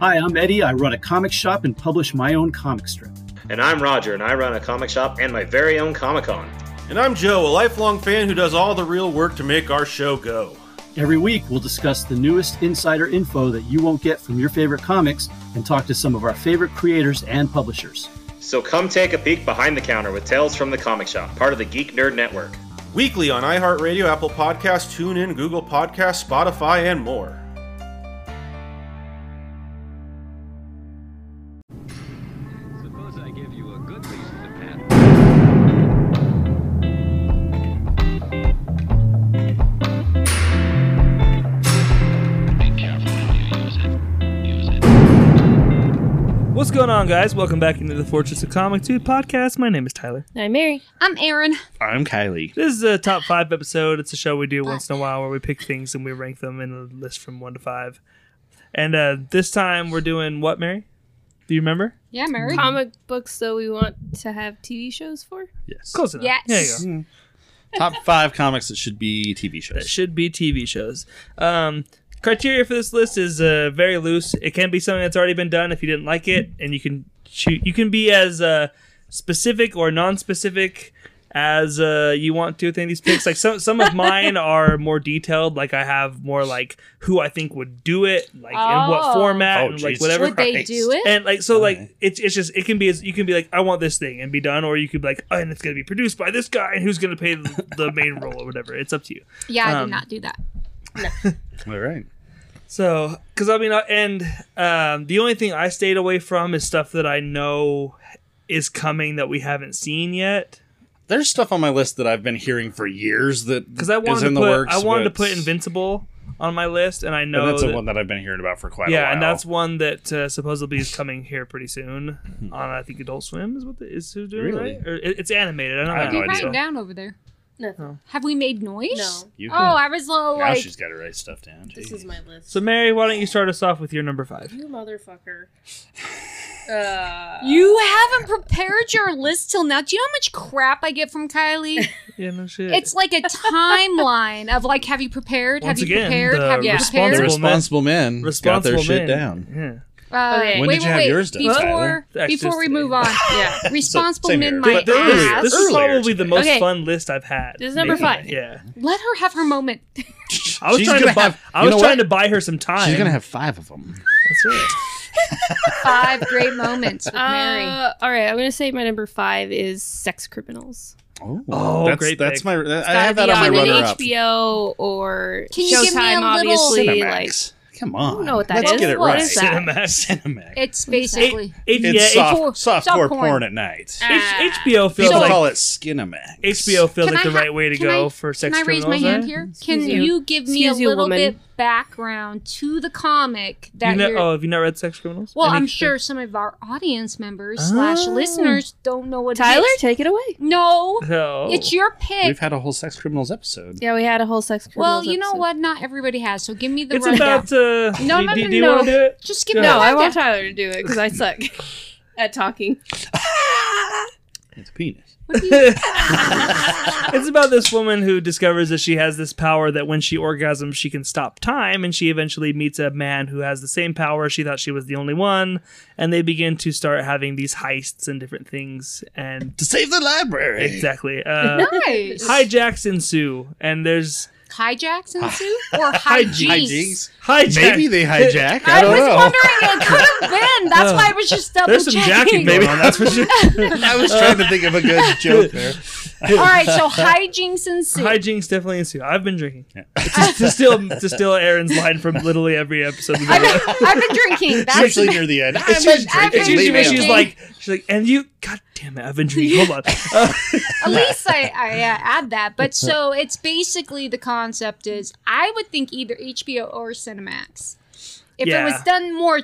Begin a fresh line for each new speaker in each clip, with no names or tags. Hi, I'm Eddie. I run a comic shop and publish my own comic strip.
And I'm Roger, and I run a comic shop and my very own Comic Con.
And I'm Joe, a lifelong fan who does all the real work to make our show go.
Every week, we'll discuss the newest insider info that you won't get from your favorite comics and talk to some of our favorite creators and publishers.
So come take a peek behind the counter with Tales from the Comic Shop, part of the Geek Nerd Network.
Weekly on iHeartRadio, Apple Podcasts, TuneIn, Google Podcasts, Spotify, and more.
Suppose I give you a good reason to panic.
What's going on, guys? Welcome back into the Fortress of Comic 2 podcast. My name is Tyler.
I'm Mary.
I'm Aaron.
I'm Kylie.
This is a top five episode. It's a show we do once in a while where we pick things and we rank them in a list from one to five. And uh, this time we're doing what, Mary? Do you remember?
Yeah, Mary.
Comic books that we want to have TV shows for.
Yes.
Close enough.
Yes.
There you go.
Top five comics that should be TV shows.
That should be TV shows. Um, criteria for this list is uh, very loose. It can be something that's already been done if you didn't like it, and you can choose, you can be as uh, specific or non-specific as uh, you want to with any of these picks. Like some some of mine are more detailed. Like I have more like who I think would do it, like in what
Oh.
format,
Oh,
and like
Jesus
whatever.
Would they
Christ.
do it?
And like so, like it's it's just it can be as you can be like I want this thing and be done, or you could be like oh, and it's gonna be produced by this guy and who's gonna pay the, the main role or whatever. It's up to you.
yeah, I
um,
did not do that.
All right.
So, because I mean, I- and um, the only thing I stayed away from is stuff that I know is coming that we haven't seen yet.
There's stuff on my list that I've been hearing for years that
Because I
is
wanted
in
to
the
put
works.
I wanted to
but-
put Invincible on my list, and I know
and that's the
that-
one that I've been hearing about for quite a while.
yeah, and that's one that uh, supposedly is coming here pretty soon on I think Adult Swim is what the, is who's doing it,
Really?
right? Or it, it's animated. I don't
I
know.
have no
What are you
idea.
writing down over there?
Nothing.
Have we made noise?
No.
You-
oh, I was a little
now
like.
she's got to write stuff down.
This
Jeez.
is my list.
So Mary, why don't you start us off with your number five?
you motherfucker. Uh,
You haven't prepared your list till now. Do you know how much crap I get from Kylie?
Yeah, no shit.
It's like a timeline of like, have you prepared?
Once
have you
again,
prepared?
the
Have you
responsible-
the
prepared?
responsible men got
responsible
their shit
men.
down.
Yeah.
Uh,
Okay.
When
wait,
did you
wait,
have
wait.
yours done,
Before,
Tyler?
That's
before
just
we
the-
move on,
yeah.
responsible
same
men
area.
might
But earlier,
ask.
this is
Earlier
probably the
today.
most
Okay.
fun list I've had.
This is number
Maybe.
five.
Yeah.
Let her have her moment.
I was
She's
trying to
gonna
buy.
have-
I
you
was
know
trying
what?
to buy her some time.
She's gonna have five of them.
That's right.
Five great moments with Mary.
uh, all right, I'm gonna say my number five is Sex Criminals.
Oh,
Oh,
that's,
great
That's
pick.
my. I have
Gotta
that
be
on my
an
runner up.
HBO or Showtime,
Can you give me a little-
obviously. Like,
Cinemax. Come on.
don't know what that
Let's
is.
get it
What
right.
is that?
Cinemax.
Cinemax.
It's
It,
basically.
it-
It's
yeah,
soft, soft,
soft
core
porn.
porn at night.
H-
Ah.
H- HBO feels
People
like
call it Skinamax.
HBO feels
Can
like
I
the
ha-
right way to
can
go
I-
for sex
Can I raise my
criminals.
hand
eh?
here? Can
Excuse you.
you, give me
Excuse
a
you,
little
woman.
bit background to the comic that
You know,
you're?
oh, have you not read Sex Criminals?
well,
Any-
I'm sure some of our audience members slash
Oh.
listeners don't know what it
Tyler,
is.
take it away.
No,
Oh.
it's your
We've
pick.
had a whole sex criminals episode.
Yeah, we had a whole Sex
Well,
Criminals.
you know
episode.
what? Not everybody has. So give me the
It's
rundown.
about. Uh,
no,
do,
no,
do-
no,
do you
no.
want to do it?
Just give me
No,
the
Oh, I want
rundown.
Tyler to do it because I suck at talking.
It's a penis.
What do you-
It's about this woman who discovers that she has this power that when she orgasms, she can stop time, and she eventually meets a man who has the same power. She thought she was the only one, and they begin to start having these heists and different things. And
To save the library.
exactly, uh,
nice.
hijacks ensue, and there's
hijacks
Ah.
ensue or hijinks?
Hijinks.
hijacks.
Maybe they hijack. I,
I,
don't
was
know.
wondering. It could have been. That's why I was just double
Uh, There's some jacking
checking.
going on. That's for sure.
I was trying to think of a good joke there.
All right, so hijinks ensue.
hijinks definitely ensue. I've been drinking. to, to steal to steal Aaron's line from literally every episode. We've ever-
I've been drinking.
It's
That's
usually near the end. I'm
usually-
just drinking.
It's usually
Leave
when
me
she's
alone.
like, she's like, and you, god damn it, I've been drinking. Hold on. Uh,
at least I, I uh, add that. But so it's basically the concept is I would think either HBO or Cinemax. If
Yeah.
it was done more,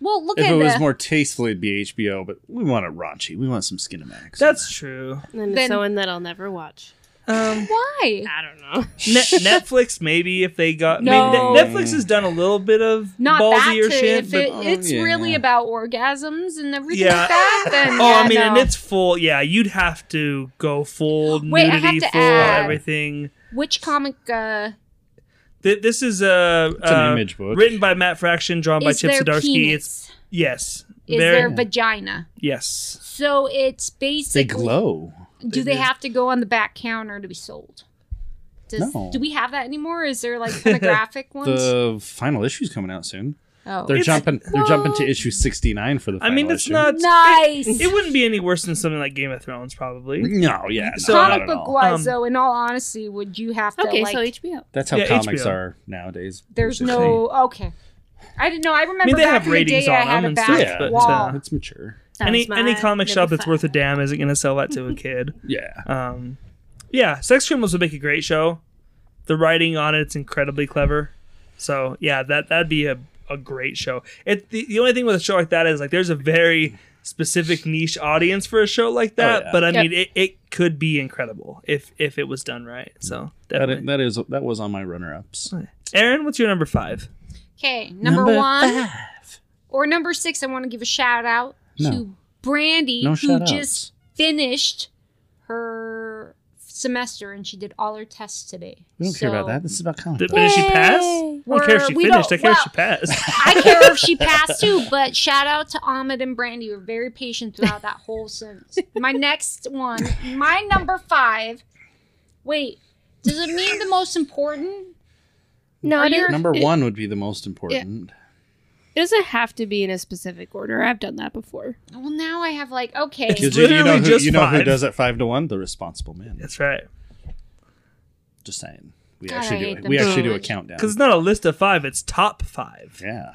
well, look
if
at
it was
the,
more tasteful, it'd be HBO, but we want it raunchy. We want some Skinamax.
that's true.
And
Then-
it's someone that I'll never watch.
Um,
why
I don't
Ne-
know.
Netflix maybe if they got.
No.
I mean, Ne- Netflix has done a little bit of
not that
ballsier
to,
shit,
if
but oh,
it, it's
yeah.
really about orgasms and everything
Yeah.
like that. Then
oh,
yeah,
I mean,
no.
and it's full. Yeah, you'd have to go full
Wait, I have
nudity,
to
full
add-
everything.
which comic uh,
Th- this is uh,
an
uh,
image book.
written by Matt Fraction, drawn by
Is
Chip
there
Zdarsky. It's
penis?
yes,
Is
very-
there vagina?
yes.
So it's
They
basically.
glow.
Do they have to go on the back counter to be sold? Does,
No.
Do we have that anymore? Is there like pornographic ones?
The final issue's coming out soon.
oh,
They're
It's-
jumping. They're
Well-
jumping to issue sixty nine for the.
I
Final
mean, it's
issue.
not
Nice.
It, it wouldn't be any worse than something like Game of Thrones, probably.
No, yeah, no,
So-
not
comic
at
book
all.
wise,
Um,
though. In all honesty, would you have to
Okay,
like?
so HBO.
That's how
Yeah,
comics
HBO.
are nowadays.
there's
It's just
no okay. I didn't know. I remember
they
back
have
in the
ratings
day I
on
had
them
a
and
back
stuff,
but,
wall.
uh, It's mature.
That
any
was my
any comic
number
shop that's
five.
worth a damn isn't going to sell that to a kid.
Yeah.
Um, yeah, Sex Criminals would make a great show. The writing on it's incredibly clever. So yeah, that that'd be a, a great show. It the, the only thing with a show like that is like there's a very specific niche audience for a show like that.
Oh, yeah.
But I
Yep.
mean, it, it could be incredible if if it was done right. So
That
definitely.
is, that is that was on my runner ups.
Aaron, what's your number five?
Okay, number, one or number six. I want to give a shout out to
No.
Brandy,
No
who
shout-outs.
just finished her semester and she did all her tests today.
We don't care about
So-
that. This is about comic
Did,
books.
did she pass? I don't care if
We're-
she
we
finished. I
don't-
care if
well-
she passed.
I care if she passed too, but shout out to Ahmed and Brandy. who were very patient throughout that whole sentence. My next one, my number five. Wait, does it mean the most important?
No,
Are
it
you-
doesn't-
Number
it-
one would be the most important.
It doesn't have to be in a specific order. I've done that before.
Well, now I have like okay.
Because you, you know
Literally
who
just
you know who
five.
does it five to one? The responsible man.
That's right.
Just saying. We
God, I
actually
hate
do.
them
A, we
so
actually do a
much.
countdown.
Because it's not a list of five; it's top five.
Yeah.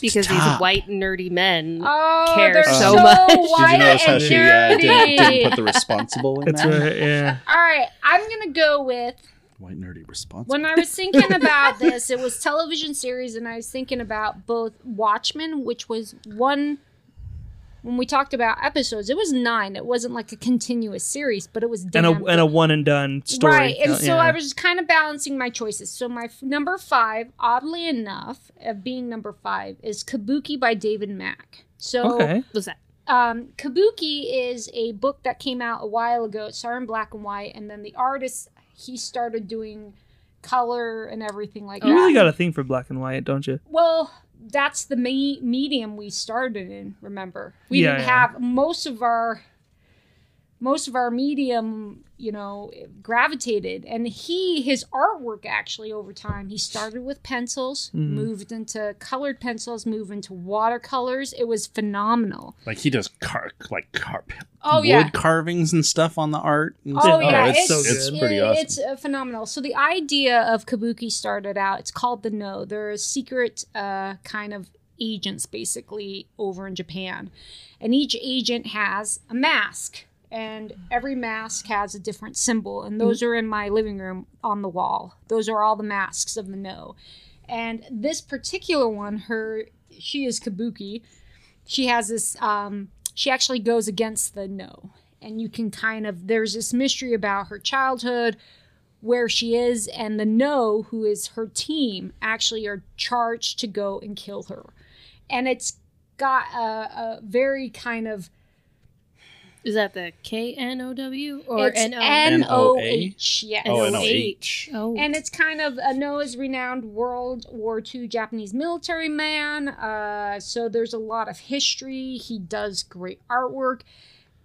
Because these white nerdy men.
Oh,
Care
they're
so
so,
much. Did you
white
Did you notice how
and
she uh,
nerdy.
didn't, didn't put the responsible in
That's
there?
right. Yeah.
All right, I'm gonna go with
White nerdy responsible.
When I was thinking about this, it was television series, and I was thinking about both Watchmen, which was one. When we talked about episodes, it was nine. It wasn't like a continuous series, but it was
And a
damn
and a one and done story.
right. And
Yeah.
so I was kind of balancing my choices. So my f- number five, oddly enough, of being number five, is Kabuki by David Mack. So
okay.
was that?
um, Kabuki is a book that came out a while ago. It started in black and white, and then the artist he started doing color and everything like
You
that.
really got a thing for black and white, don't you?
well, that's the me- medium we started in. Remember, we
Yeah,
didn't
yeah.
have most of our most of our medium, you know, gravitated. And he, his artwork actually over time, he started with pencils,
Mm-hmm.
moved into colored pencils, moved into watercolors. It was phenomenal.
like he does car like carp
Oh,
wood
yeah.
carvings and stuff on the art. and
Oh
stuff.
yeah,
it's
it's,
so
it's,
good.
pretty awesome.
it's, uh, phenomenal. So the idea of Kabuki started out. It's called the No. They're a secret uh, kind of agents, basically, over in Japan, and each agent has a mask, and every mask has a different symbol, and those are in my living room on the wall. Those are all the masks of the No, and this particular one, her, she is Kabuki she has this um she actually goes against the no and you can kind of there's this mystery about her childhood where she is and the no who is her team actually are charged to go and kill her and it's got a, a very kind of
Is that the K N O W or
it's
N O?
n-o-h yes
Oh,
Oh,
I know
H.
H.
Oh,
and it's kind of a Noah's renowned World War II Japanese military man. Uh, so there's a lot of history. He does great artwork.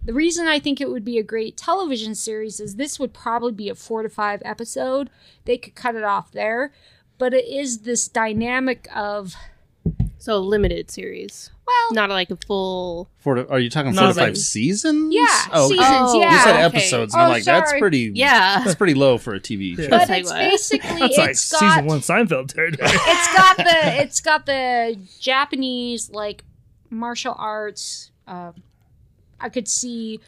The reason I think it would be a great television series is this would probably be a four to five episode. They could cut it off there. But it is this dynamic of,
so a limited series,
well,
not like a full.
Mm.
Four to, are you talking
No,
four to
it's like-
five seasons?
Yeah,
Oh, okay.
seasons,
Oh,
yeah.
You said
okay.
episodes, and I'm
Oh,
like, that's
sorry.
pretty.
Yeah.
that's pretty low for a TV show.
Yeah.
but
I'll
it's
tell you what.
basically,
That's like
it's got
season one Seinfeld territory.
it's got the it's got the Japanese like martial arts. Uh, I could see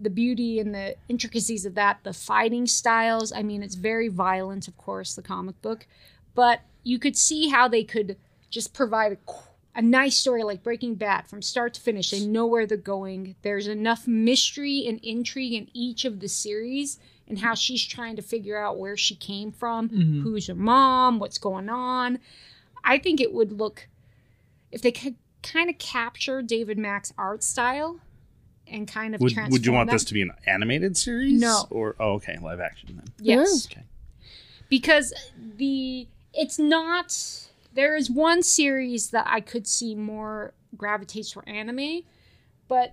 the beauty and the intricacies of that. The fighting styles. I mean, it's very violent, of course, the comic book, but you could see how they could just provide a, qu- a nice story like Breaking Bad from start to finish. They know where they're going. There's enough mystery and intrigue in each of the series and how she's trying to figure out where she came from,
Mm-hmm.
who's her mom, what's going on. I think it would look if they could kind of capture David Mack's art style and kind of
Would,
transform
would you want
that.
this to be an animated series?
No.
Or oh, okay, live action then.
Yes.
Okay.
Because the it's not. There is one series that I could see more gravitates toward anime, but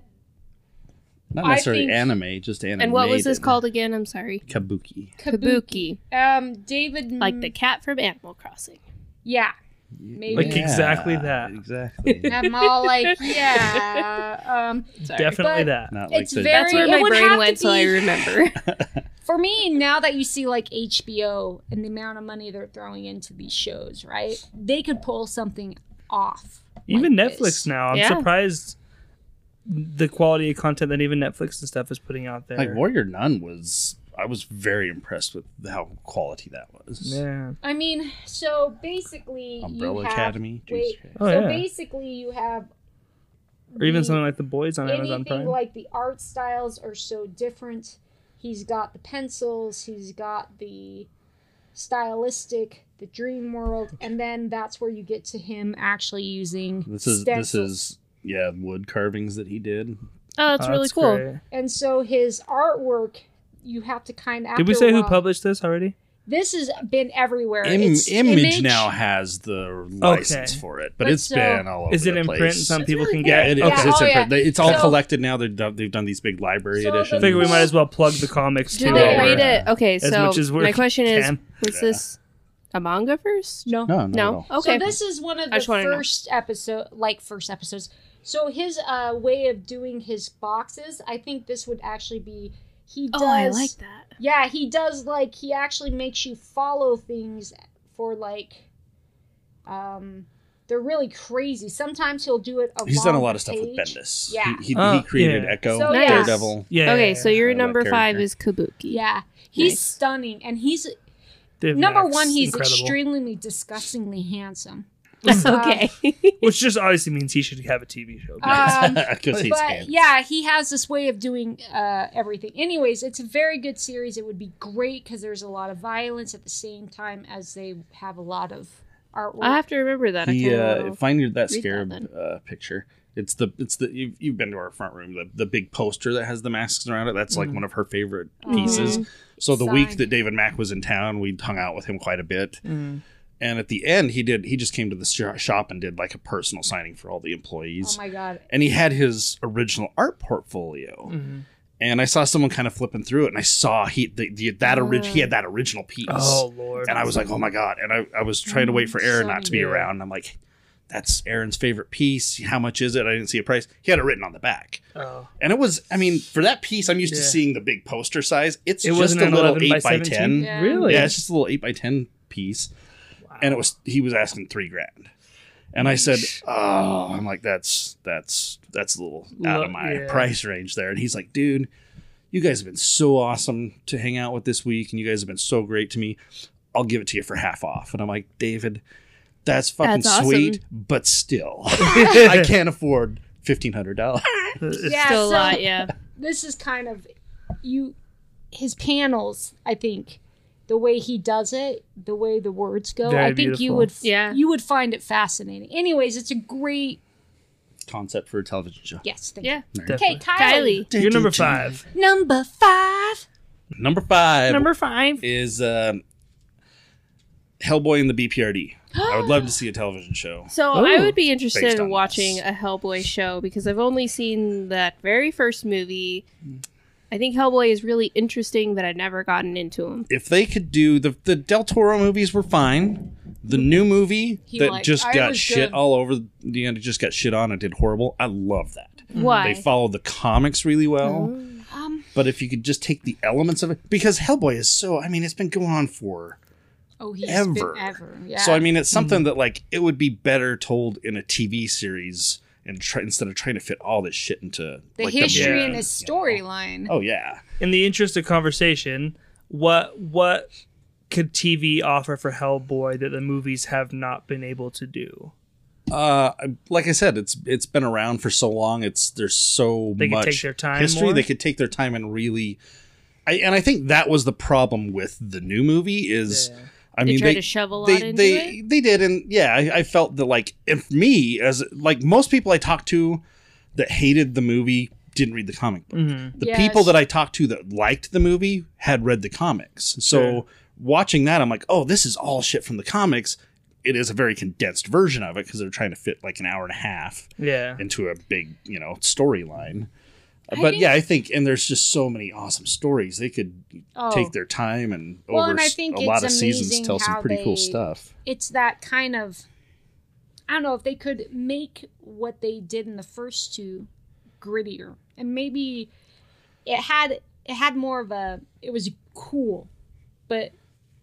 Not
I
necessarily
think-
anime, just anime.
And what was this called again? I'm sorry.
Kabuki.
Kabuki.
um, David,
Like the cat from Animal Crossing.
yeah, maybe
Like exactly that.
Exactly.
I'm all like, yeah. Um,
Definitely
But-
that.
Not like
It's
the
very-
That's where
It
my
would have
brain
to
went, so I
be-
remember.
for me, now that you see like HBO and the amount of money they're throwing into these shows, right? They could pull something off.
Even
like
Netflix
this.
now. I'm
Yeah.
surprised the quality of content that even Netflix and stuff is putting out there.
like Warrior Nun was. I was very impressed with how quality that was.
Yeah.
I mean, so basically,
Umbrella
you have,
Academy. Jesus
Wait,
Christ.
Oh,
so
yeah.
basically, you have
Or even
the-
something like The Boys on Amazon
anything
Prime.
like the art styles are so different. He's got the pencils, he's got the stylistic, the dream world, and then that's where you get to him actually using
This is this
stencils.
is yeah wood carvings that he did.
Oh, it's
Oh,
really
that's
cool.
great.
and so his artwork you have to kind of
Did we
after a
say who
while-
published this already?
this has been everywhere
Im-
It's
image, now has the license
Okay.
for it, but
But
it's
so-
been all over.
is it
the
in
place.
print? and Some people can
Yeah,
get.
it is.
Okay.
Yeah,
It's
oh,
in
yeah.
print. They, it's all
So-
collected now. They've done, they've done these big library
So the-
editions.
I figure we might as well plug the comics
Do
too.
they
while we're-
read it? Okay,
As
so
much as we're-
my question is,
can.
was this a manga first?
no
No, not at
No.
all.
Okay.
So this is one
I
of the
just wanna know.
first episode, like first episodes. So his uh, way of doing his boxes, I think this would actually be he does.
oh, I like that.
Yeah, he does like he actually makes you follow things for like, um, they're really crazy. Sometimes he'll do it.
He's done a
along
lot
the
of stuff with
Oh, page.
Bendis.
Yeah.
He, he,
Uh,
he created
yeah.
Echo,
So,
yeah.
Daredevil.
Yeah.
okay, so your
I love
number
character.
five is Kabuki.
Yeah, he's
Nice.
stunning, and he's
Div
number
Max,
one. He's
incredible.
extremely disgustingly handsome.
okay.
Which just obviously means he should have a TV show.
Um,
Because he's
but
handsome.
yeah, he has this way of doing uh, everything. Anyways, it's a very good series. It would be great because there's a lot of violence at the same time as they have a lot of artwork.
I have to remember that. I
He
kinda
uh,
wanna-
find your that
that
scarab
then.
uh, picture. It's the it's the you've, you've been to our front room the the big poster that has the masks around it. That's like
Mm.
one of her favorite
Mm-hmm.
pieces. So the week
Signed.
that David Mack was in town, we hung out with him quite a bit.
Mm.
And at the end, he did he just came to the sho- shop and did like a personal signing for all the employees.
oh my god!
and he had his original art portfolio.
Mm-hmm.
And I saw someone kind of flipping through it, and I saw he the, the, that orig- he had that original piece.
Oh lord. Mm,
And I was like, oh my God. And I, I was trying to wait for Aaron not to be
Yeah.
around. And I'm like, that's Aaron's favorite piece. How much is it? I didn't see a price. He had it written on the back.
Oh.
And it was, I mean, for that piece, I'm used to
Yeah.
seeing the big poster size. It's
It
just
wasn't
a
an
little
11
8
by
by,
17?
10.
Oh, Yeah. Really?
Yeah, it's just a little 8 by 10 piece. And it was, he was asking three grand. And I said, "Oh, I'm like that's that's that's a little out
Lo-
of my
yeah.
price range there." And he's like, "Dude, you guys have been so awesome to hang out with this week, and you guys have been so great to me. I'll give it to you for half off." And I'm like, "David, that's fucking
That's awesome.
sweet, but still, I can't afford fifteen hundred dollars."
Yeah,
Still a
so
lot, uh, yeah.
this is kind of you. His panels, I think, the way he does it, the way the words go,
Very
I think you
beautiful.
would,
Yeah.
you would find it fascinating. Anyways, it's a great
Concept for a television show.
yes. Thank
Yeah.
You. Okay, Kylie.
Kylie.
You're number five.
number five.
Number five
Number five.
is um, Hellboy and the BPRD. I would love to see a television show.
So
Ooh.
I would be interested
Based on
in watching
this.
a Hellboy show because I've only seen that very first movie. I think Hellboy is really interesting, but I've never gotten into him.
if they could do the the Del Toro movies were fine. The new movie
He
that
liked-
just
I
got
was
shit
good.
all over the end, it just got shit on and did horrible. I love that.
Mm-hmm.
Why?
They followed the comics really well,
Um,
but if you could just take the elements of it, because Hellboy is so, I mean, it's been going on for.
oh, he's
Ever.
been ever. Yeah.
So I mean, it's something
Mm-hmm.
that like it would be better told in a TV series and try, instead of trying to fit all this shit into
the
like,
history
movie.
and his storyline.
Oh yeah,
In the interest of conversation, what what could TV offer for Hellboy that the movies have not been able to do?
Uh, like I said, it's it's been around for so long. It's there's so
They could
much
take their time
history.
more?
They could take their time and really. I, and I think that was the problem with the new movie is, I
They
mean,
tried
they
to shove a lot
they
into
they
it.
they did, and yeah, I, I felt that like if me as like most people I talked to that hated the movie didn't read the comic book. The
Yes.
people that I talked to that liked the movie had read the comics, so
Sure.
watching that, I'm like, oh, this is all shit from the comics. It is a very condensed version of it because they're trying to fit like an hour and a half
Yeah.
into a big, you know, storyline.
I
But
think-
yeah, I think, and there's just so many awesome stories. They could
Oh.
take their time and
Well,
over
and I
s-
think
a lot of
it's
seasons
amazing
tell some
how
pretty cool
they-
stuff.
it's that kind of I don't know if they could make what they did in the first two grittier and maybe it had it had more of a it was cool but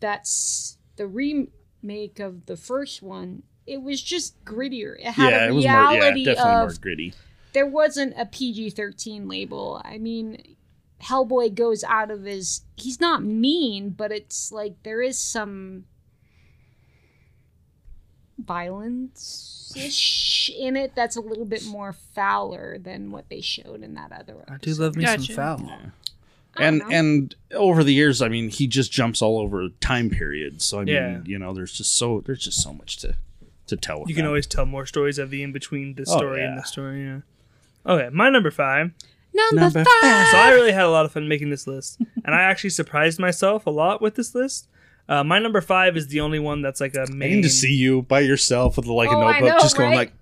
that's the remake of the first one it was just grittier it had
Yeah,
a
it was more, yeah,
reality
definitely more
of
gritty.
there wasn't a PG-13 label I mean Hellboy goes out of his he's not mean but it's like there is some violence ish in it that's a little bit more fouler than what they showed in that other
I
one.
do love me some
Gotcha.
foul.
I don't
and
know.
and over the years, I mean, he just jumps all over time periods. So I mean,
Yeah.
you know, there's just so there's just so much to to tell. With
You can
that.
always tell more stories of the in between this
Oh,
story and
yeah.
the story. Yeah. Okay, my number five.
Number,
Number
five.
So I really had a lot of fun making this list, and I actually surprised myself a lot with this list. Uh, my number five is the only one that's like a
I
main.
need to see you by yourself with like
Oh,
a
I
notebook,
know,
just going
right?
like,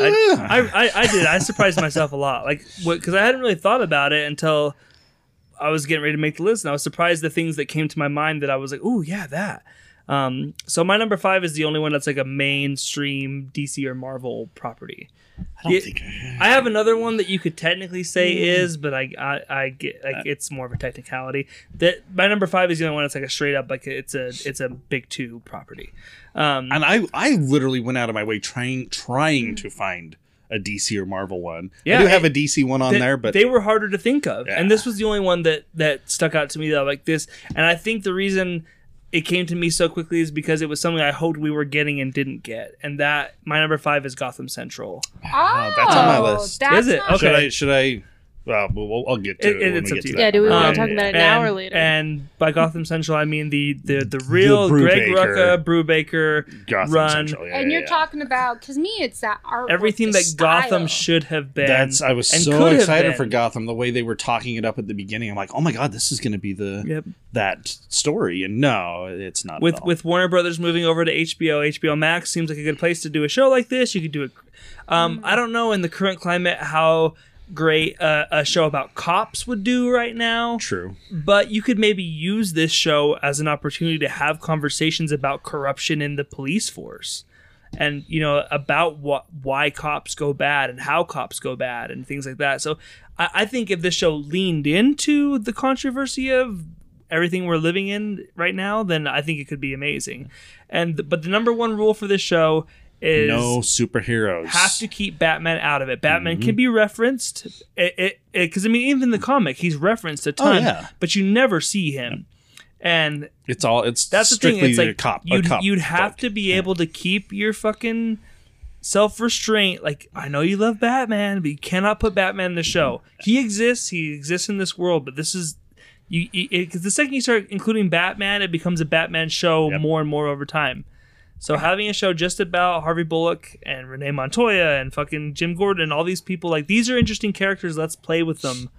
I, I, I, I did. I surprised myself a lot. Like, because I hadn't really thought about it until I was getting ready to make the list, and I was surprised the things that came to my mind that I was like, "Ooh, yeah, that." Um, so my number five is the only one that's like a mainstream DC or Marvel property.
I don't
Yeah.
think
I have another one that you could technically say is, but I, I, I get like it's more of a technicality. That my number five is the only one that's like a straight up like it's a it's a big two property. Um,
and I I literally went out of my way trying trying to find a DC or Marvel one.
Yeah,
I do
I-
have a DC one on
they,
there, but
they were harder to think of,
Yeah.
and this was the only one that that stuck out to me though like this. And I think the reason it came to me so quickly is because it was something I hoped we were getting and didn't get, and that my number five is Gotham Central.
Oh,
that's on my list.
that's
Is it?
not-
Okay.
should I should I? Well, we'll, we'll- I'll get to
It-
it.
it-
when
it's
we
up to
get to
you.
that
Yeah, do we
one.
want
Um,
to talk about it an
and-
hour later?
And by Gotham Central, I mean the the the real
The
Greg
Brubaker.
Rucka Brubaker
Gotham
run.
Central, yeah,
And
yeah,
you're
yeah.
talking about because me, it's that art.
Everything that Gotham should have been.
That's I was
and
so
could have
excited
been.
for Gotham the way they were talking it up at the beginning. I'm like, oh my god, this is going to be the
Yep.
that story, and no, it's not. at
with
all.
with Warner Brothers moving over to HBO, HBO Max seems like a good place to do a show like this. You could do it. Um, I don't know in the current climate how great uh, a show about cops would do right now,
true,
but you could maybe use this show as an opportunity to have conversations about corruption in the police force. And you know about what why cops go bad and how cops go bad and things like that. So I, I think if this show leaned into the controversy of everything we're living in right now, then I think it could be amazing. And but the number one rule for this show is
no superheroes.
have to keep Batman out of it. Batman can be referenced, because it, it, 'cause, I mean, even in the comic, he's referenced a ton,
yeah.
but you never see him. And
It's all. It's
that's the
strictly
thing. It's like
a cop.
You'd,
a cop
you'd have
book.
to be able to keep your fucking self restraint. Like I know you love Batman, but you cannot put Batman in the show. He exists. He exists in this world. But this is you because the second you start including Batman, it becomes a Batman show
Yep.
more and more over time. So having a show just about Harvey Bullock and Renee Montoya and fucking Jim Gordon, all these people, like these are interesting characters. Let's play with them.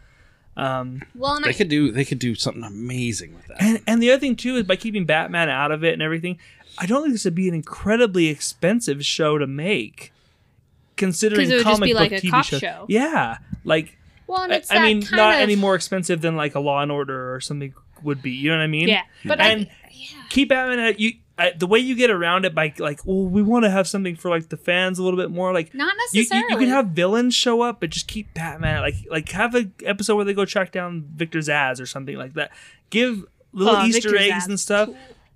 Um,
Well, and I
They could do. They could do something amazing with that.
and, and the other thing too is by keeping Batman out of it and everything, I don't think this would be an incredibly expensive show to make, considering
'Cause it would just
comic
be
book
like a
TV
cop
show.
show.
Yeah, like
Well, and
I,
it's
I
that
mean,
kind
not
of,
any more expensive than like a Law and Order or something would be. You know what I mean?
yeah,
But I,
And keep Batman at you. I, the way you get around it by like, well, we want to have something for like the fans a little bit more. Like,
not
you, you,
necessarily.
you can have villains show up, but just keep Batman. Like like have a episode where they go track down Victor Zaz or something like that. Give little
Oh,
Easter
Victor
eggs
Zsasz.
and stuff.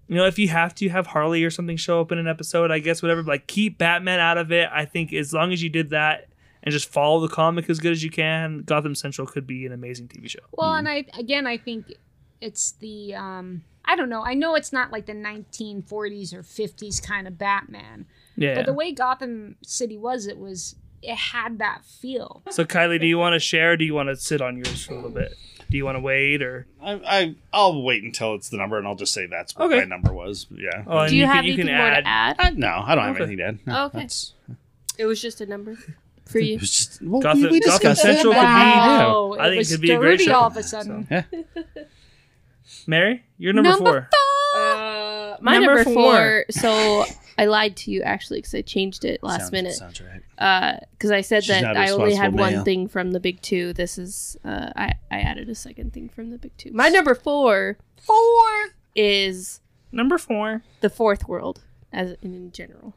You know, if you have to have Harley or something show up in an episode, I guess whatever. But like keep Batman out of it. I think as long as you did that and just follow the comic as good as you can, Gotham Central could be an amazing TV show.
Well, and I again, I think it's the um, I don't know. I know it's not like the 1940s or 50s kind of Batman,
Yeah.
but the way Gotham City was, it was it had that feel.
so Kylie, do you want to share? Or do you want to sit on yours for a little bit? Do you want to wait or?
I, I I'll wait until it's the number, and I'll just say that's what
Okay.
my number was. Yeah.
Oh, and
Do you,
can,
have
you
anything
can
more
add.
to add?
Uh, no, I don't have
Okay.
anything to add. No,
Oh, okay.
that's-
It was just a number for you.
it was just- well,
Gotham-
we, we
Gotham
discussed that.
Central could be-
Wow,
I
it
think it
was
could be a great
dirty
show.
all of a sudden.
Yeah.
Mary, you're number, four.
four.
uh,
Uh, my
Number
number,
four.
four. So I lied to you actually because I changed it last
Sounds-
minute.
Sounds right.
because Uh, I said
She's
that
not
I only had
responsible
one
now.
thing from the big two. This is uh, I I added a second thing from the big two. My number four four is
Number four.
the fourth world as in general.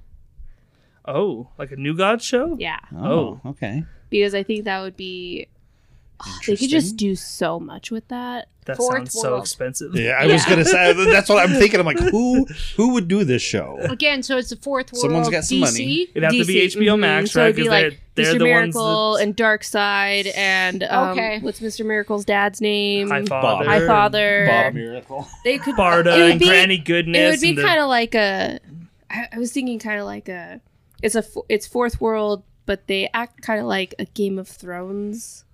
Oh, like a New God show?
Yeah,
Oh.
okay.
because I think that would be oh, they could
Interesting.
just do so much with that.
That
Fourth
sounds so
world.
expensive.
Yeah, I was gonna say that's what I'm thinking. I'm like, who who would do this show?
Again, so it's the fourth world.
Someone's got some
DC.
money.
It'd have to be
DC,
HBO Max,
mhm. So
right?
it'd be
Because
like
they're, they're
Mr.
the
Miracle
ones
and Dark Side and um,
Okay.
what's Mr. Miracle's dad's name?
that High
Bob.
Father,
High Mm, Father.
Bob Miracle.
They could
Barda,
it would
and
be-
Granny Goodness.
It would be
and the-
kind of like a. I, I was thinking kind of like a. It's a. fo- It's fourth world, but they act kind of like a Game of Thrones.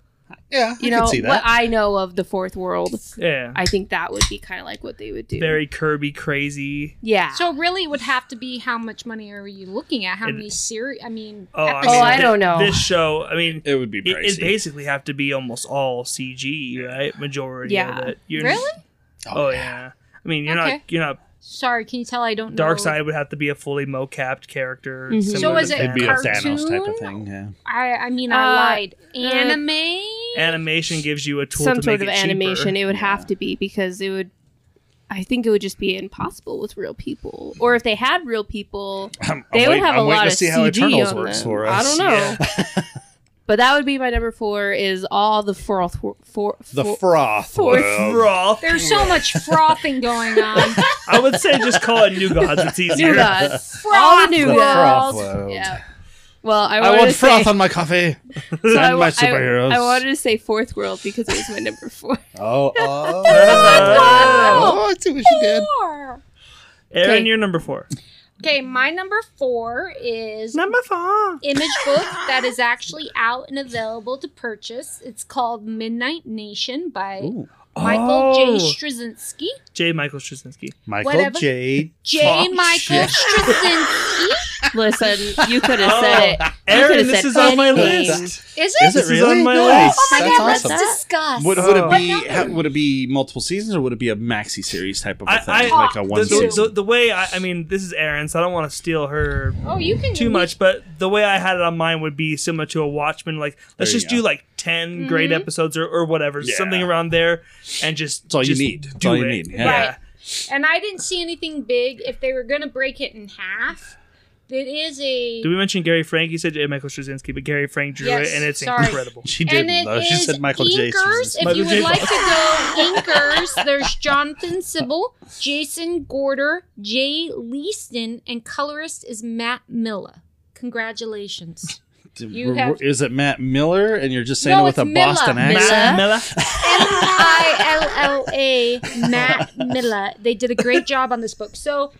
Yeah,
You
I
know
can see
what
that.
I know of the fourth world.
yeah,
I think that would be kind of like what they would do.
very Kirby crazy.
yeah.
So really, it would have to be how much money are you looking at? How
It-
many series? I mean,
Oh, I,
episodes?
mean,
I
thi-
don't know.
This show, I mean,
It would be
it,
pricey.
it'd basically have to be almost all CG, right? Majority
Yeah.
of it. You're
really?
Oh yeah. I mean, you're
Okay.
not you're not.
Sorry, can you tell I don't know?
Dark Side would have to be a fully mocapped character.
Mhm.
similar
So
to
is it
It'd be a
Thanos.
Thanos type of
cartoon?
thing. Yeah.
I, I mean,
Uh,
I lied.
uh,
Anime.
Animation gives you a tool
Some
to
sort
make
of
it cheaper.
animation. It would have to be because it would. I think it would just be impossible with real people, or if they had real people,
I'm,
they
I'm
would
wait-
have
I'm
a
waiting
lot
to
of
see
CG
how Eternals
on
works
them.
for
I
us.
don't know, but that would be my number four. Is all the fourth wor- four,
The
four-
froth.
Fourth
world.
Broth.
There's so much frothing going on.
I would say just call it New Gods. It's easier.
New gods. All the new
The froth
gods.
world.
Yeah. Well, I,
I
wanted
want
to say,
froth on my coffee
so I
and
wa-
my
I-
superheroes.
I, wanted to say fourth world because it was my number four.
Oh, oh,
Oh.
oh, I see what she did.
Four.
Aaron,
Okay.
you're number four.
Okay, my number four is
Number four.
image book that is actually out and available to purchase. It's called Midnight Nation by Michael
Oh.
J. Straczynski.
J. Michael Straczynski.
Michael
Whatever.
J.
J. Michael Straczynski.
Listen, you could have said it. You
Aaron,
could've
this
said
is on my
anything.
list.
Is it?
Is it
is
really?
on my
Nice.
list.
Oh my
That's
god,
awesome.
let's discuss.
Would, would it
Oh.
be ha- would it be multiple seasons or would it be a maxi series type of a
I-
thing,
I-
like a one
The, the,
season?
the, the way I, I mean, this is Aaron, so I don't want to steal her
oh, you can
too much, but the way I had it on mine would be similar to a Watchmen. Like, let's
There you
just
go.
do like 10
Mm-hmm.
great episodes or, or whatever,
Yeah.
something around there, and just.
That's all you
just
need. That's
do
all you
it.
need. Yeah.
Yeah.
Right. And I didn't see anything big. If they were going to break it in half, it is a.
Did we mention Gary Frank? You said J. Michael Straczynski, but Gary Frank drew
Yes,
it, and it's
sorry.
incredible.
she
and
didn't
it
though. She
is
said Michael J.
Inkers.
season.
If
Michael
you
J.
would like to go Inkers, there's Jonathan Sybil, Jason Gorder, Jay Leaston, and colorist is Matt Miller. Congratulations. you have-
Is it Matt Miller? And you're just saying
No,
it with a
it's Miller.
Boston
Miller.
accent?
Mela?
M-I-L-L-A, Matt Miller. They did a great job on this book. So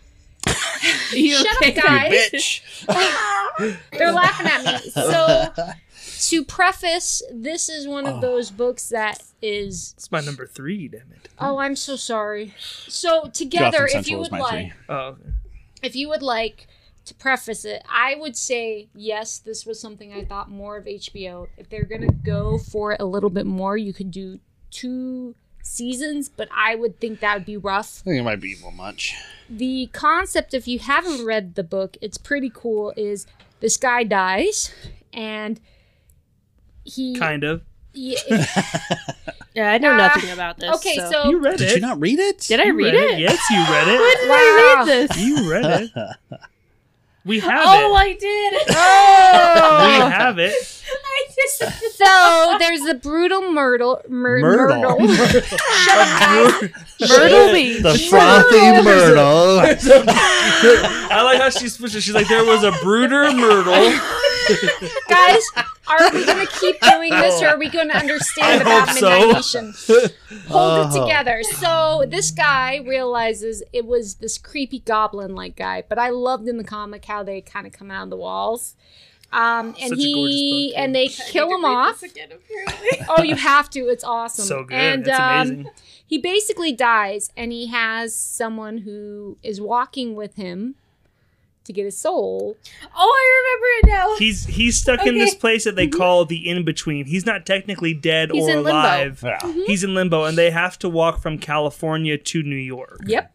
You
Shut up,
okay?
guys.
Bitch.
They're laughing at me. So, to preface, this is one
Oh.
of those books that is.
It's my number three, damn it.
Oh, I'm so sorry. So,
Gotham
together, if
Central
you
is
would
my
like,
Oh,
if you would like to preface it, I would say yes. This was something I thought more of HBO. If they're gonna go for it a little bit more, you could do two seasons, but I would think that would be rough.
I think it might be a little much.
the concept if you haven't read the book it's pretty cool is this guy dies and he
kind of.
he-
Yeah, I know
Uh,
nothing about this.
okay so,
You read
Did
it.
you not read it?
did I
You
read it?
Yes, you read
When
it.
did I
Wow.
read this?
You read it. We have
Oh,
it.
I did. Oh,
We have it.
I just
so there's a brutal myrtle mur-
Myrtle.
myrtle Shut up, guys.
Myrtle Beach.
The frothy Myrtle.
I like how she's pushing. She's like, there was a brooder Myrtle.
guys are we gonna keep doing this or are we gonna
I
understand
hope
about
Uh-huh.
midnight nation hold it together so this guy realizes it was this creepy goblin like guy but i loved in the comic how they kind of come out of the walls um, and
Such a gorgeous
he
book, too.
and they kill him off. oh, you have to! It's awesome.
So good.
And
it's
um,
amazing.
he basically dies and he has someone who is walking with him to get his soul.
Oh, I remember it now.
He's he's stuck in this place that they call the in between. He's not technically dead
Mm-hmm. He's
or
in limbo. Mm-hmm.
alive.
Yeah.
He's in limbo, and they have to walk from California to New York.
Yep.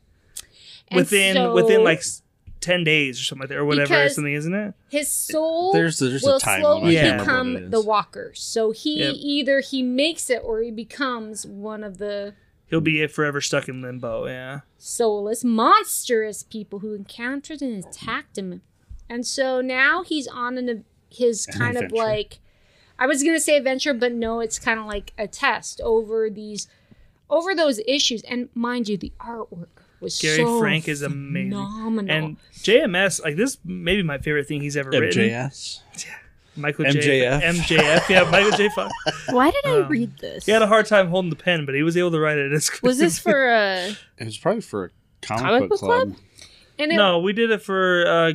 And
within
so-
within like s- ten days or something like that, or whatever
Because-
something, isn't it?
his soul
There's- there's a
will
time limit.
slowly
I can't
remember what it
become
is.
the walker. So he
Yep.
either he makes it or he becomes one of the
He'll be forever stuck in limbo. Yeah.
soulless, monstrous people who encountered and attacked him. And so now he's on an his
An
kind of
adventure.
like I was gonna say adventure, but no, it's kind of like a test over these over those issues. And mind you, the artwork was
Gary
so
Frank is amazing.
phenomenal.
And JMS, like this, maybe my favorite thing he's ever written.
MJS.
Michael
MJF.
J. MJF. Yeah, Michael J. Fox.
Why did I
Um,
read this?
He had a hard time holding the pen, but he was able to write it. It's good.
was this for uh
It was probably for a comic,
Comic
book,
book
club.
and it,
no? We did it for uh,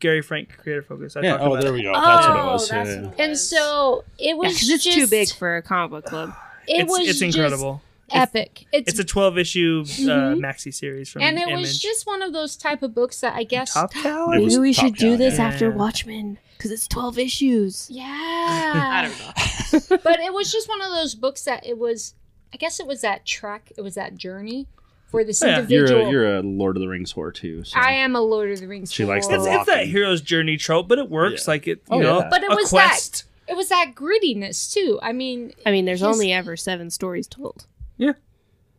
Gary Frank Creator Focus. I
Yeah.
talked
Oh,
about
there
it.
we go. that's what it
Oh,
was.
that's
yeah.
what it
and
was.
so it
Yeah,
was
'cause it's
just,
too big for a comic book club.
It
it's,
was
it's
just
incredible.
epic. It's,
It's a twelve issue uh,
Mhm.
maxi series from
and it
Image.
was just one of those type of books that I guess
Top Cow.
It was
Maybe we
top
should do
down,
this
yeah.
after
Yeah.
Watchmen because it's twelve issues.
Yeah. I don't know. but it was just one of those books that it was, I guess it was that trek, it was that journey for this
Yeah.
You're
individual.
a, you're a Lord of the Rings whore too. So.
I am a Lord of the Rings.
She likes
fan.
It's, it's that
Walking.
hero's journey trope, but it works.
Yeah.
Like it, you
Oh,
know,
yeah.
But it
a
was that-
quest.
It was that grittiness too. I mean,
I mean, there's
His-
only ever seven stories told.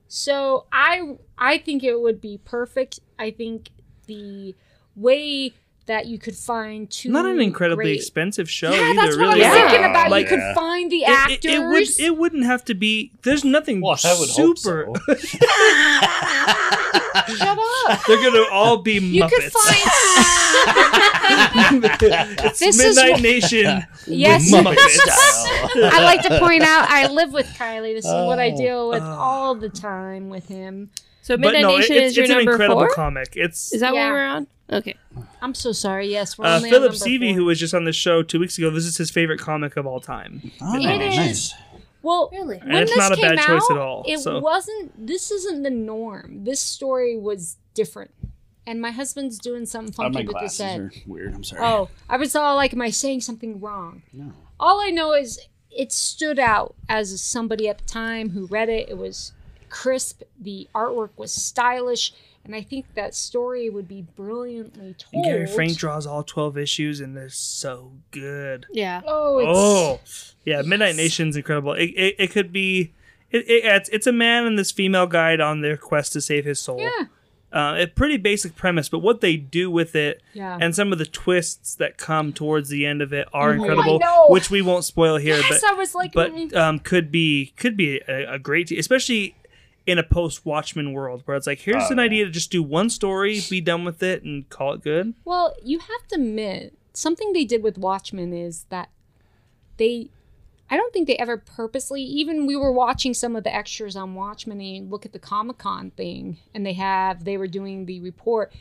so I I think it would be perfect. I think the way that you could find two
Not an incredibly
great-
expensive show
Yeah,
either.
that's what
really,
I was
Yeah.
thinking about.
Like-
you could
Yeah.
find the
It-
actors.
it, it would. It wouldn't have to be. There's nothing super.
Shut up.
They're gonna all be
You
Muppets.
could find.
it's
This is
Midnight
what-
Nation.
yes,
Muppets.
I like to point out I live with Kylie. This is what I
Oh.
deal with all the time with him.
So
But
Midnight
no, it-
Nation
it's,
is your
it's an
number
incredible
four.
comic. It's
Is that
Yeah.
what we're on? Okay.
I'm so sorry. Yes, we're
uh,
only on
Philip
number
Seavey,
four.
who was just on the show two weeks ago. This is his favorite comic of all time.
Oh,
It is.
nice.
well,
Really?
when
it's
this
not a
came
bad choice
out,
at all,
It
so.
wasn't. This isn't the norm. This story was different, and my husband's doing something
Uh, my
funky with his
glasses
head.
are weird. I'm sorry.
Oh, I was all like, "Am I saying something wrong?" No. All I know is it stood out as somebody at the time who read it. It was crisp. The artwork was stylish, and I think that story would be brilliantly
And
told.
Gary Frank draws all twelve issues, and they're so good.
Yeah.
Oh, it's,
Oh, yeah, Midnight Nation's incredible. It, it, it could be. It, it, it's, it's a man and this female guide on their quest to save his soul.
Yeah.
Uh, a pretty basic premise, but what they do with it
Yeah. Oh,
and some of the twists that come towards the end of it are incredible,
know.
which we won't spoil here.
yes,
but
I was like, mm.
but um, could be could be a, a great, especially in a post Watchmen world where it's like, here's an idea to just do one story, be done with it, and call it good.
well, you have to admit something they did with Watchmen is that they. I don't think they ever purposely. Even we were watching some of the extras on Watchmen, and you look at the Comic Con thing, and they have they were doing the report,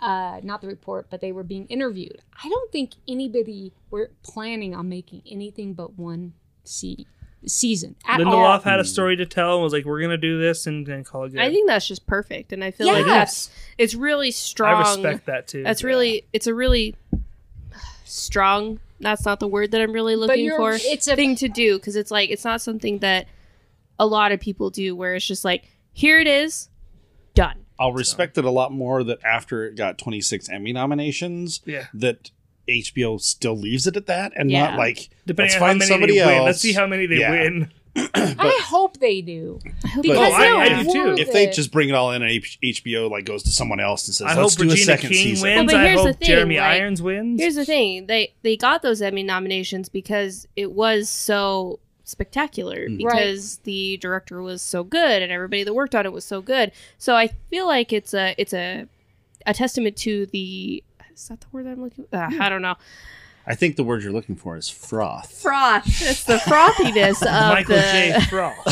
uh, not the report, but they were being interviewed. I don't think anybody were planning on making anything but one se- season at all.
Lindelof had a story to tell and was like, we're gonna do this and, and call it good.
I think that's just perfect, and I feel like
Yes.
that's it's really strong.
I respect that too.
That's really it's a really strong. That's not the word that I'm really looking
you're-
for.
it's a-
thing to do because it's like it's not something that a lot of people do. Where it's just like here it is, done.
I'll respect it a lot more that after it got 26 Emmy nominations,
Yeah.
that HBO still leaves it at that and
Yeah.
not like
Depending
let's
on how
find
many
somebody
they
else.
win. Let's see how many they
Yeah.
win.
I hope they do because
Oh,
I-
they're
I do too.
worth
If they
it.
just bring it all in and H- HBO like goes to someone else and says,
I
"Let's
hope
do
Regina
a second
King
season."
wins.
Well, but
I
here's the
hope
thing,
Jeremy
like,
Irons wins.
Here's the thing they they got those Emmy nominations because it was so spectacular
Mm.
because the director was so good and everybody that worked on it was so good. So I feel like it's a it's a a testament to the is that the word I'm looking? Uh,
Mm.
I don't know.
I think the word you're looking for is froth.
Froth. It's the frothiness of
Michael
the
J. Frost.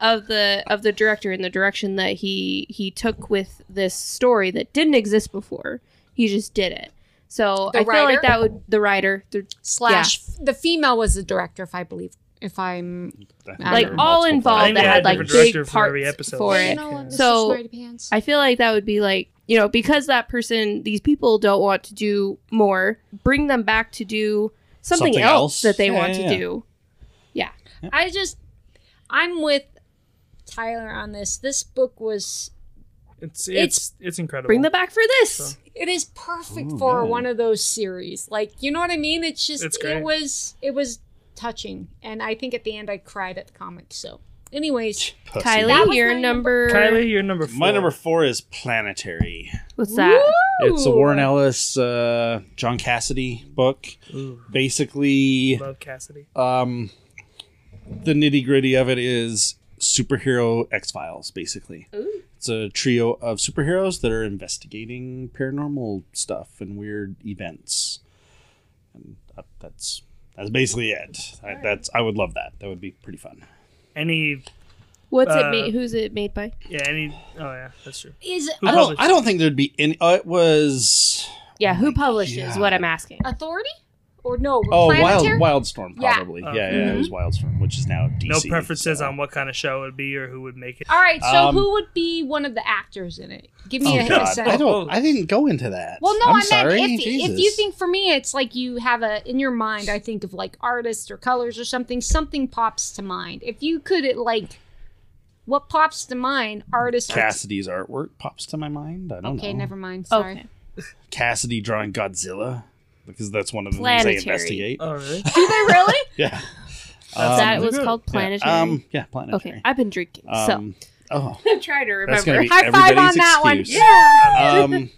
of the of the director and the direction that he he took with this story that didn't exist before. He just did it. So
The
I feel
writer?
like that would the writer the
slash the female was the director if i believe if i'm
I
Like,
think there
like
were
all
I
multiple
involved
think
that
they
had
had
like
different
big
director
parts
for every episode.
for
You
it.
know what, Mr.
So-
pants
I feel like that would be like you know because that person these people don't want to do more. Bring them back to do something,
Something
else,
else?
that they
Yeah,
want
yeah,
to
yeah.
do.
i just i'm with tyler on this this book was
It's it's it's incredible.
Bring them back for this.
It is perfect for one of those series. Like, you know what I mean? It's just
It's great.
it was it was touching. And I think at the end I cried at the comic. So anyways, That
Kylie,
was
your
my
number.
Kylie, you're number four.
My number four is Planetary.
What's that?
It's a Warren Ellis, uh, John Cassidy book. Basically,
Love Cassidy.
um, the nitty gritty of it is superhero X Files, basically. It's a trio of superheroes that are investigating paranormal stuff and weird events. And that, that's that's basically it. I, that's I would love that. That would be pretty fun.
Any
What's
Uh,
it made? Who's it made by?
yeah any oh yeah that's true.
is
Who
I don't,
published
I don't think there'd be any. Uh, it was
Yeah, who published it is
God.
what I'm asking.
Authority? Or no,
oh
Planetary?
Wild Wildstorm
Yeah. Mm-hmm.
probably.
Oh.
Yeah, yeah, it was Wildstorm, which is now DC.
no preferences
so.
on what kind of show it would be or who would make it?
All right, so
Um,
who would be one of the actors in it? Give me
Oh
a hint of
God! I
sense.
don't. I didn't go into that.
Well, no,
I'm
I meant
sorry.
if, if
Jesus.
you think for me, it's like you have a in your mind. I think of like artists or colors or something. Something pops to mind. If you could, it like what pops to mind? Artist. or-
Cassidy's artwork pops to my mind, I don't
Okay,
know.
never mind. Sorry.
Okay.
Cassidy drawing Godzilla because that's one of the
Planetary.
things they investigate.
Oh really?
Do they really?
yeah.
that
Um,
was
good.
called
yeah,
Planetary.
Um, yeah, planetary.
okay, I've been drinking,
Um, oh,
so I'm trying to
that's gonna
remember.
be
High five
everybody's
on that one.
excuse.
Yeah.
um,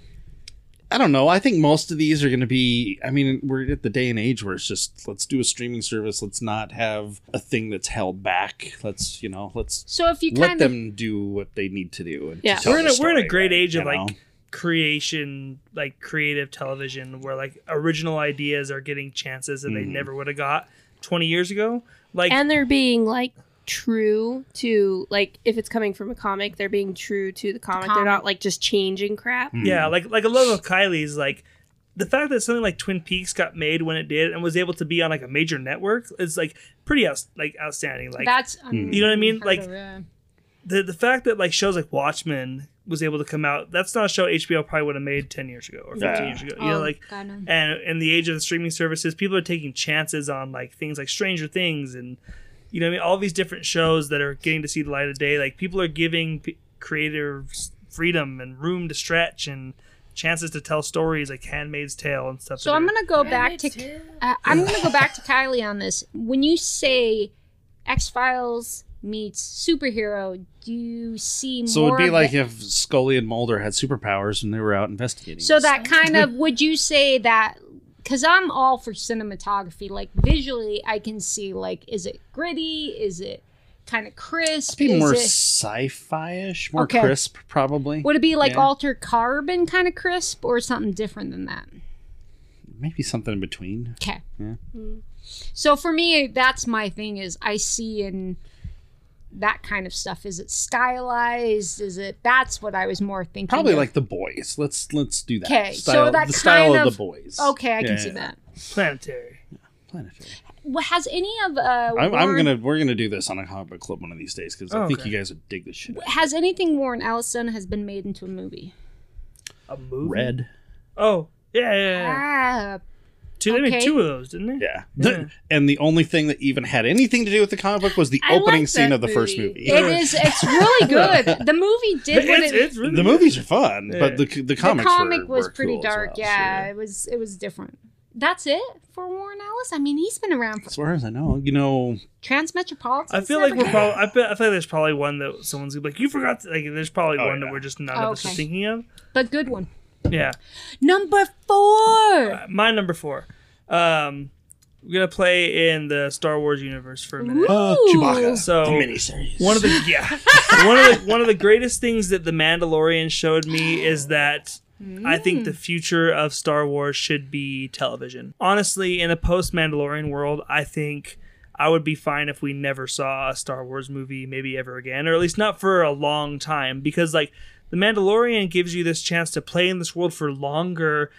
I don't know. I think most of these are going to be. I mean, we're at the day and age where it's just let's do a streaming service. Let's not have a thing that's held back. Let's you know, let's
So if you
let
kind of
them do what they need to do. And to
Yeah.
tell
We're in
the
a- we're in a
story,
great
right,
age of,
you know?
like, creation like creative television where like original ideas are getting chances that they
Hmm.
never would have got 20 years ago like
and they're being like true to like if it's coming from a comic, they're being true to the comic.
Comic.
They're not like just changing crap.
Mm.
yeah like like a love of kylie's like the fact that something like twin peaks got made when it did and was able to be on like a major network is like pretty out, like outstanding like
that's
hmm.
You know what I mean? Like-
unheard of, yeah.
the the fact that like shows like watchmen was able to come out that's not a show hbo probably would have made 10 years ago or 15
Yeah.
years ago you know
Oh,
like
God, no.
Mm-hmm. and in the age of the streaming services, people are taking chances on like things like Stranger Things and you know what I mean all these different shows that are getting to see the light of day. Like people are giving p- creators freedom and room to stretch and chances to tell stories like Handmaid's Tale and stuff.
So
that
I'm
are-
gonna go back to uh, I'm gonna go back to Kylie on this. When you say X Files meets superhero, do you see
So
more?
it'd be
of
like
the-
if Scully and Mulder had superpowers and they were out investigating.
so that kind of would you say that? Because I'm all for cinematography. Like visually, I can see like is it gritty? Is it kind of crisp?
be
Is
more
it-
sci-fi-ish, more
Okay.
crisp, probably.
would it be like
Yeah.
Alter Carbon kind of crisp or something different than that?
Maybe something in between.
Okay.
Yeah.
So for me, that's my thing is I see in that kind of stuff. Is it stylized? Is it that's what I was more thinking.
Probably
of.
like the boys. Let's let's do that.
Okay, so
Style,
that
the style
kind
of,
of-
the boys.
Okay, I
Yeah,
can
yeah,
see
yeah.
that.
planetary.
Planetary.
Well, has any of uh
I'm, I'm
Warren-
gonna we're gonna do this on a comic book club one of these days because I
Oh,
think
okay.
you guys would dig this shit. up.
has anything Warren Ellison has been made into a movie?
A movie.
Red.
Oh yeah, yeah, yeah. yeah.
Ah,
Two, They made
okay.
two of those, didn't they?
Yeah. The- and the only thing that even had anything to do with the comic book was the
I
opening
like
scene
that
of the first
movie.
movie.
it is. It's really good. The movie did what
It's,
it.
it's really
the
good.
movies are fun, but
Yeah.
the the
the
comics
comic
were-
was
were
pretty
cool as
dark.
well, so
yeah, it was. It was different. That's it for Warren Ellis. I mean, he's been around for
As far as I know, you know,
Transmetropolitan.
I feel like we're probably. I feel, I feel like there's probably one that someone's gonna be like, you forgot. To, like, there's probably
Oh,
one
yeah.
that we're just none of us are
Okay.
thinking of.
but good one.
Yeah.
Number four.
my number four. Um, we're gonna play in the Star Wars universe for a minute.
uh,
Ooh.
Chewbacca.
So
the miniseries.
one of the yeah, one of the one of the greatest things that the Mandalorian showed me is that. I think the future of Star Wars should be television. Honestly, in a post Mandalorian world, I think I would be fine if we never saw a Star Wars movie maybe ever again, or at least not for a long time, because like The Mandalorian gives you this chance to play in this world for longer,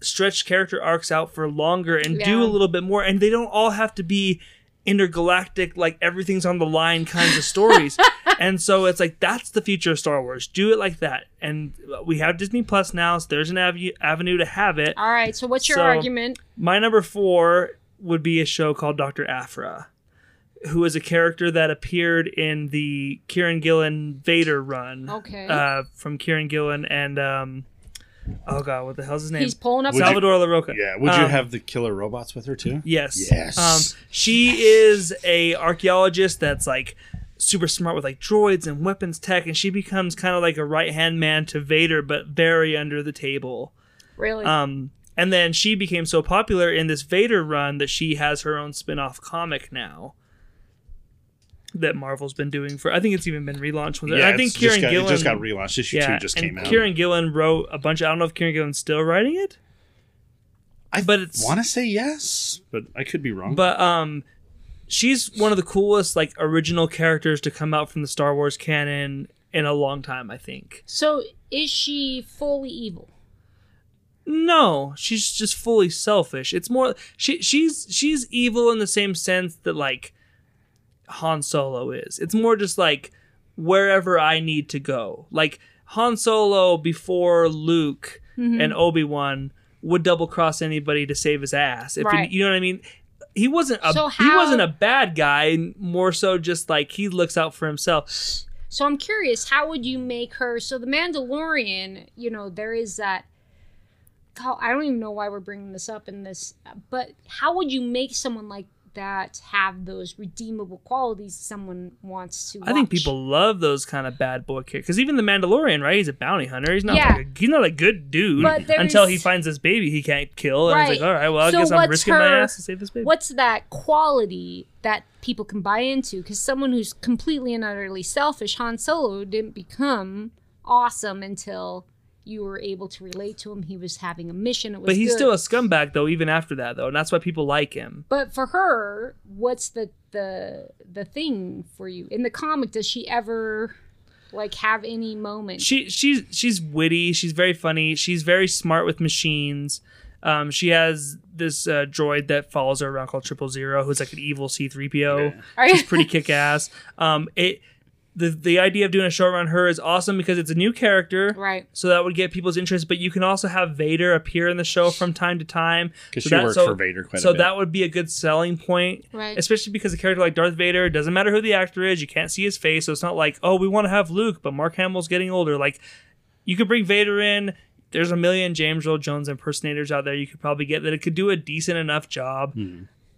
stretch character arcs out for longer, and do
Yeah.
a little bit more. And they don't all have to be intergalactic, like everything's on the line kinds of stories. and so it's like that's the future of Star Wars. Do it like that. And we have Disney Plus now, so there's an avenue avenue to have it.
All right. So what's your
So-
argument?
My number four would be a show called Doctor Afra. who was a character that appeared in the Kieran Gillen Vader run.
Okay.
Uh, from Kieran Gillen and um, oh god, what the hell's his name?
He's pulling up.
Would you-
Salvador LaRocca.
Yeah. Would you
Um,
have the killer robots with her too?
Yes.
Yes.
Um, she is a archaeologist that's like super smart with like droids and weapons tech, and she becomes kind of like a right hand man to Vader, but very under the table.
really?
Uh,
Um, and then she became so popular in this Vader run that she has her own spin off comic now that Marvel's been doing for. I think it's even been relaunched. With
Yeah,
I think
it's just
Kieran
got,
Gillen
it just got relaunched. Issue
yeah,
two just
and
came out.
Kieran Gillen wrote a bunch. I don't know if Kieran Gillen's still writing it.
I
but it's-
want to say yes, but I could be wrong.
But um she's one of the coolest like original characters to come out from the Star Wars canon in a long time, I think.
so is she fully evil?
No, she's just fully selfish. It's more she she's she's evil in the same sense that like Han Solo is. It's more just like wherever I need to go. Like Han Solo before Luke
Mm-hmm.
and Obi-Wan would double cross anybody to save his ass. If
Right.
you, you know what I mean? He wasn't a
So
he
how-
wasn't a bad guy, more so just like he looks out for himself.
So I'm curious, how would you make her? So the Mandalorian, you know, there is that. God, I don't even know why we're bringing this up in this, but how would you make someone like that have those redeemable qualities someone wants to?
I think
watch?
people love those kind of bad boy characters. Because even the Mandalorian, right? He's a bounty hunter. He's not
Yeah.
like a, he's not a good dude
But there
until
is-
he finds this baby he can't kill. And he's
Right.
like, all right, well, I
So
guess I'm
what's
risking
her-
my ass to save this baby.
What's that quality that people can buy into? Because someone who's completely and utterly selfish, Han Solo didn't become awesome until you were able to relate to him. He was having a mission. It was
But he's
good.
still a scumbag though, even after that though, and that's why people like him.
But for her, what's the the the thing for you in the comic? Does she ever like have any moment?
She she's she's witty. She's very funny. She's very smart with machines. Um, she has this uh, droid that follows her around called Triple Zero, who's like an evil C three PO.
Are
She's
you-
pretty kick ass. Um, it the the idea of doing a show around her is awesome because it's a new character,
right.
So that would get people's interest. But you can also have Vader appear in the show from time to time
'Cause
So
she
that-
worked
so-
for Vader quite
So
a bit.
that would be a good selling point,
Right.
Especially because a character like Darth Vader doesn't matter who the actor is, you can't see his face, so it's not like oh we want to have Luke, but Mark Hamill's getting older. Like you could bring Vader in. There's a million James Earl Jones impersonators out there. You could probably get that. It could do a decent enough
Hmm.
job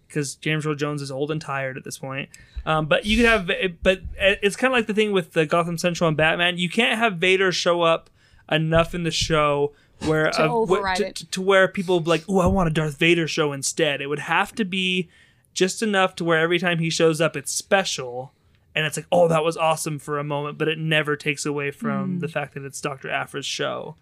because James Earl Jones is old and tired at this point. Um, but you could have, but it's kind of like the thing with the Gotham Central and Batman. You can't have Vader show up enough in the show where
To
uh, wh-
override
to,
it.
to where people be like, oh, I want a Darth Vader show instead. It would have to be just enough to where every time he shows up, it's special. And it's like, oh, that was awesome for a moment, but it never takes away
Hmm.
from the fact that it's Dr. Afra's show.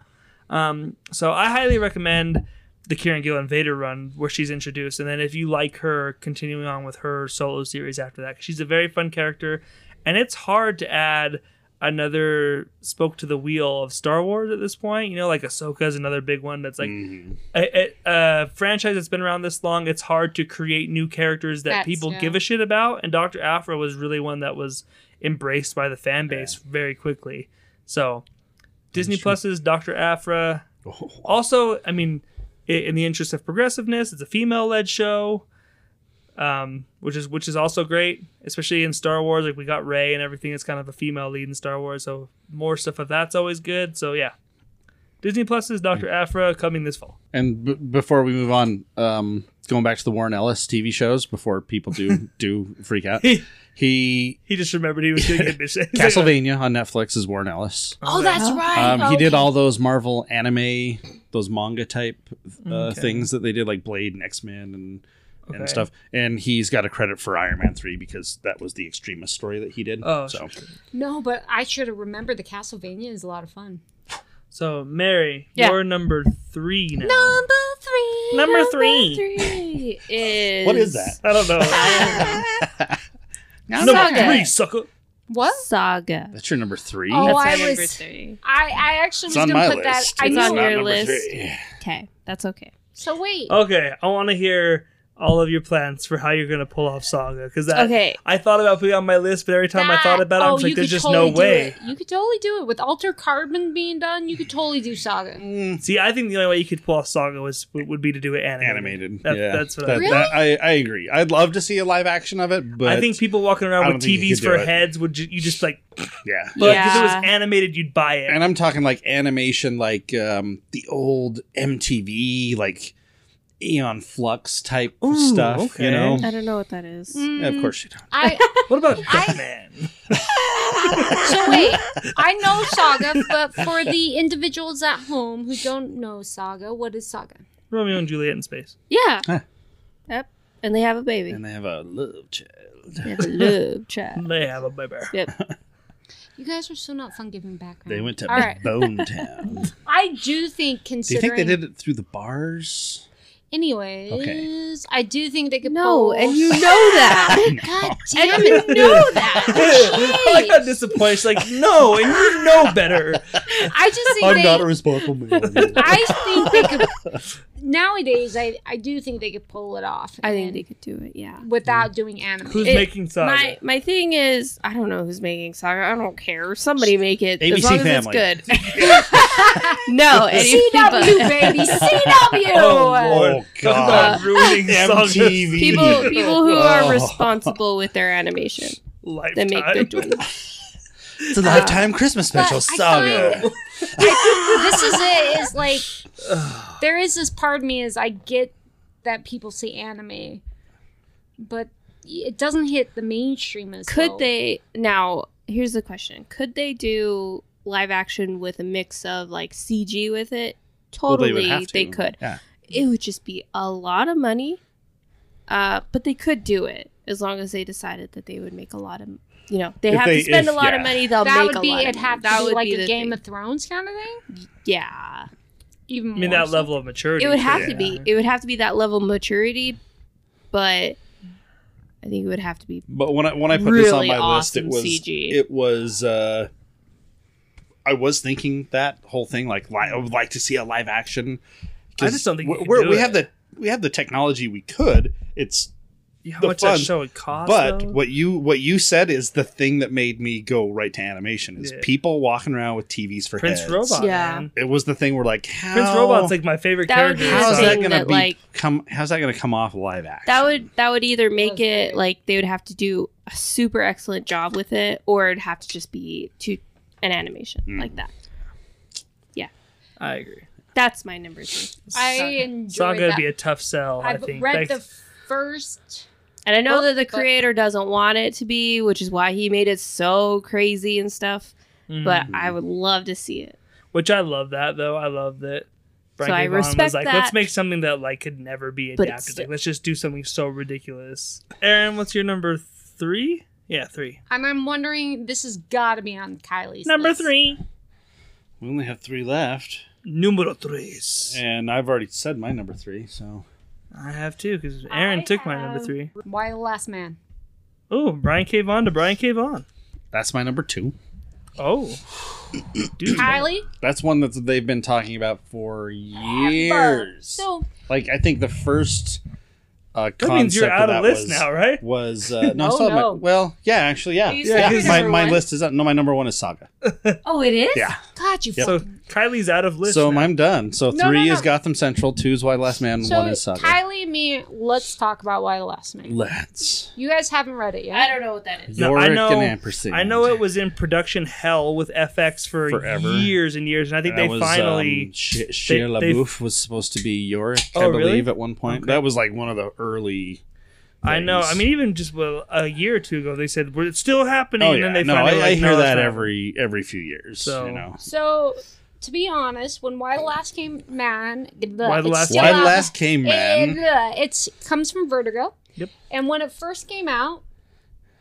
Um, so I highly recommend the Kieran Gillen Vader run where she's introduced, and then if you like her, continuing on with her solo series after that. 'Cause She's a very fun character, and it's hard to add another spoke to the wheel of Star Wars at this point. You know, like Ahsoka is another big one that's like a, a, a franchise that's been around this long. It's hard to create new characters that
That's-
people
yeah.
give a shit about, and Doctor Afra was really one that was embraced by the fan base very quickly. So. Disney Plus's Dr. Afra. Also, I mean, i- in the interest of progressiveness, it's a female-led show, um, which is which is also great, especially in Star Wars. Like we got Rey and everything. It's kind of a female lead in Star Wars, so more stuff of that's always good. So yeah, Disney Plus's Dr. Afra coming this fall.
And b- before we move on, um, going back to the Warren Ellis TV shows, before people do do freak out, he
He just remembered he was doing it. He's like,
Castlevania on Netflix is Warren Ellis.
Oh, that's right.
Um, he did
Okay.
all those Marvel anime, those manga type uh, things that they did, like Blade and X Men and
Okay.
and stuff. And he's got a credit for Iron Man three because that was the extremist story that he did.
Oh,
so
No, but I should have remembered. The Castlevania is a lot of fun.
So Mary,
Yeah.
you're number three now.
Number three.
Number three.
Three is
what is that?
I don't know. number
Saga.
three, sucker.
What?
Saga.
That's your number three.
Oh,
That's
I
my number
was-
three.
I I actually
it's
was
on
gonna
my
put
list.
that. I
It's
know.
on your
number
list.
three.
Okay, that's okay.
So wait.
Okay, I want to hear all of your plans for how you're going to pull off Saga because
Okay.
I thought about putting it on my list, but every time I thought
That-
about it, I was
oh,
like,
you
"There's
could
just
totally
no
do
way."
it. You could totally do it with Alter Carbon being done. You could totally do Saga.
See, I think the only way you could pull off Saga was would be to do it animated.
animated.
That-
yeah,
that's what I
That- that- I, I agree. I'd love to see a live action of it, but
I think people walking
I
around
don't
with
think you
TVs
could do
for
it.
heads would ju- you just like,
yeah.
but if it was
Yeah.
animated, you'd buy it.
And I'm talking like animation, like um, the old MTV, like Eon Flux type
Ooh,
stuff.
okay.
You know,
I don't know what that is.
Mm.
Yeah, of course you don't.
I
what about Batman?
so wait. I know Saga, but for the individuals at home who don't know Saga, what is Saga?
Romeo and Juliet in space.
Yeah.
Huh.
Yep. And they have a baby.
And they have a love child.
They have a love child.
They have a baby.
Yep.
You guys are so not fun giving background.
They went to
All right.
Bone Town.
I do think
Do you
considering.
think they did it through the bars?
Anyways, I do think they could.
No,
pull-
and you know that.
God damn
and
it!
you know that.
I like how disappointed. She's like, no, and you know better.
I just think they.
responsible man.
I think they could. Nowadays, I I do think they could pull it off.
I think they
and-
could do it. Yeah.
without doing anime.
Who's
It-
making Saga?
My my thing is, I don't know who's making Saga. I don't care. Somebody make it
ABC
as long
Family.
as it's good. no, any
CW
people,
baby, CW.
Oh, Lord.
oh
Talk
God!
about ruining Saga.
MTV.
people people who
Oh.
are responsible with their animation that
Lifetime.
make good ones.
It's a
Uh,
lifetime Christmas special
But I
saga.
this is it. Is like there is this part of me is I get that people say anime, but it doesn't hit the mainstream as
Could
well.
they now? Here's the question: Could they do live action with a mix of like CG with it?
Well,
Totally,
would have to.
they could.
Yeah.
It would just be a lot of money, uh, but they could do it as long as they decided that they would make a lot of. You know, they
If
have
they-
to spend
if-
a lot
yeah.
of money. They'll
That
make
would
a
be
lot.
it'd
of money.
have to
that
be
would
like
be
a
the
Game
thing.
of Thrones kind of thing.
yeah.
Even
I mean,
more
that
so.
level of maturity.
It would have to
yeah.
be. It would have to be that level of maturity, but I think it would have to be.
But when I when I put this on
Really
my list, it
awesome
was
CG.
it was uh, I was thinking that whole thing like li- I would like to see a live action. 'Cause
I just don't think you
we-
could
we're-
do
we
it.
have the we have the technology. We could. It's
How
the
much
fun,
that show would cost?
but
though?
what you what you said is the thing that made me go right to animation is
Yeah.
people walking around with TVs for
Prince
heads.
Robot?
Yeah.
man.
It was the thing where like how
Prince Robot's like my favorite
That would
character.
be
in
how's
the
Saga.
that
thing
gonna
that,
be
like-
come how's that gonna come off live action?
That would that would either make
was
it
great.
like they would have to do a super excellent job with it, or it'd have to just be to an animation
Hmm.
like that.
I agree.
That's my number three.
I enjoyed
Saga would
that.
be a tough sell. I
I've
think.
read the
Like,
first.
And I know
Well,
that the
but-
creator doesn't want it to be, which is why he made it so crazy and stuff. But I
Hmm.
would love to see it.
which I love that though. I love that. Frank
I
Avon was
respect
like,
that.
let's make something that like could never be
But it's
adapted.
still-
like, let's just do something so ridiculous. Aaron, what's your number three? Yeah, three.
And I'm wondering, this has got to be on Kylie's
Number
list.
three.
we only have three left.
Numero tres.
And I've already said my number three, so
I have two because Aaron
I
took my number
have
three.
Why the Last Man?
Oh, Brian K. Vaughn to Brian K. Vaughn.
that's my number two.
Oh, dude.
Kylie.
That's one that they've been talking about for years.
So
like I think the first uh,
That means you're out
concept
of
that
list
was,
now, right?
Was uh, no,
Oh,
still have my-
no.
well, yeah, actually, yeah,
You
yeah.
said your
My,
number
my
one.
list is up. No, my number one is Saga.
Oh, it is?
Yeah.
God, you
So
fucking.
Kylie's out of list.
so
now.
I'm done. So
No,
three
no,
is
no.
Gotham Central, two is Why Last Man,
So,
one is Saga.
Kylie and me, let's talk about Why the Last Man.
Let's.
You guys haven't read it yet.
I don't know what that is.
No, I
Yorick
know-
and Ampersand.
I know it was in production hell with FX for
Forever.
years and years, and I think
That
they
was,
finally.
um, Sh- Shia
they-
LaBeouf was supposed to be Yorick, I
Oh, really?
believe, at one point.
Okay.
That was like one of the early. um,
I know. I
things.
mean, even just well, a year or two ago, they said "We're- it's still happening,
Oh
and
yeah,
then they
no, I,
finally.
I
like,
hear
no, it's
that
not.
every every few years.
So-
you know,
So, to be honest, when Why the Last Came Man,
Why the Last-
still
Why
out.
last came man?
It, uh, it's comes from Vertigo.
Yep.
And when it first came out,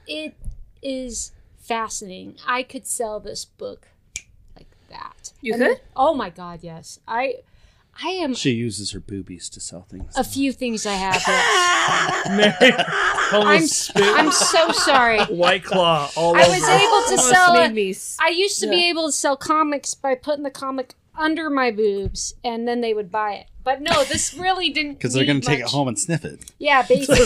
it is fascinating. I could sell this book like that.
You
And-
could?
Oh my God, yes. I, I am
She uses her boobies to sell things.
a few things I have. yes.
Mary
I'm,
almost spit
I'm so sorry.
White Claw all
I
over.
was able to
Almost
sell
made
it.
me s-
I used to be able to sell comics by putting the comic under my boobs, and then they would buy it. But no, this really didn't.
because they're
going
gonna
to
take it home and sniff it.
Yeah, basically.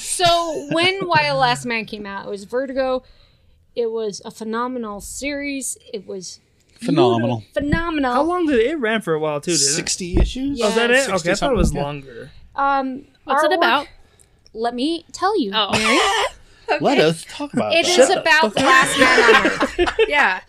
so when Why the Last Man came out, it was Vertigo. It was a phenomenal series. It was
Phenomenal.
beautiful- Phenomenal.
How long did it, it ran for a while too? Didn't it?
Sixty issues.
Oh, is that it?
60
Okay, I thought it was
something, yeah.
longer.
Um,
What's it
artwork-
about?
Let me tell you.
Oh.
Let us talk about
It
it.
is about the last man on earth.
yeah.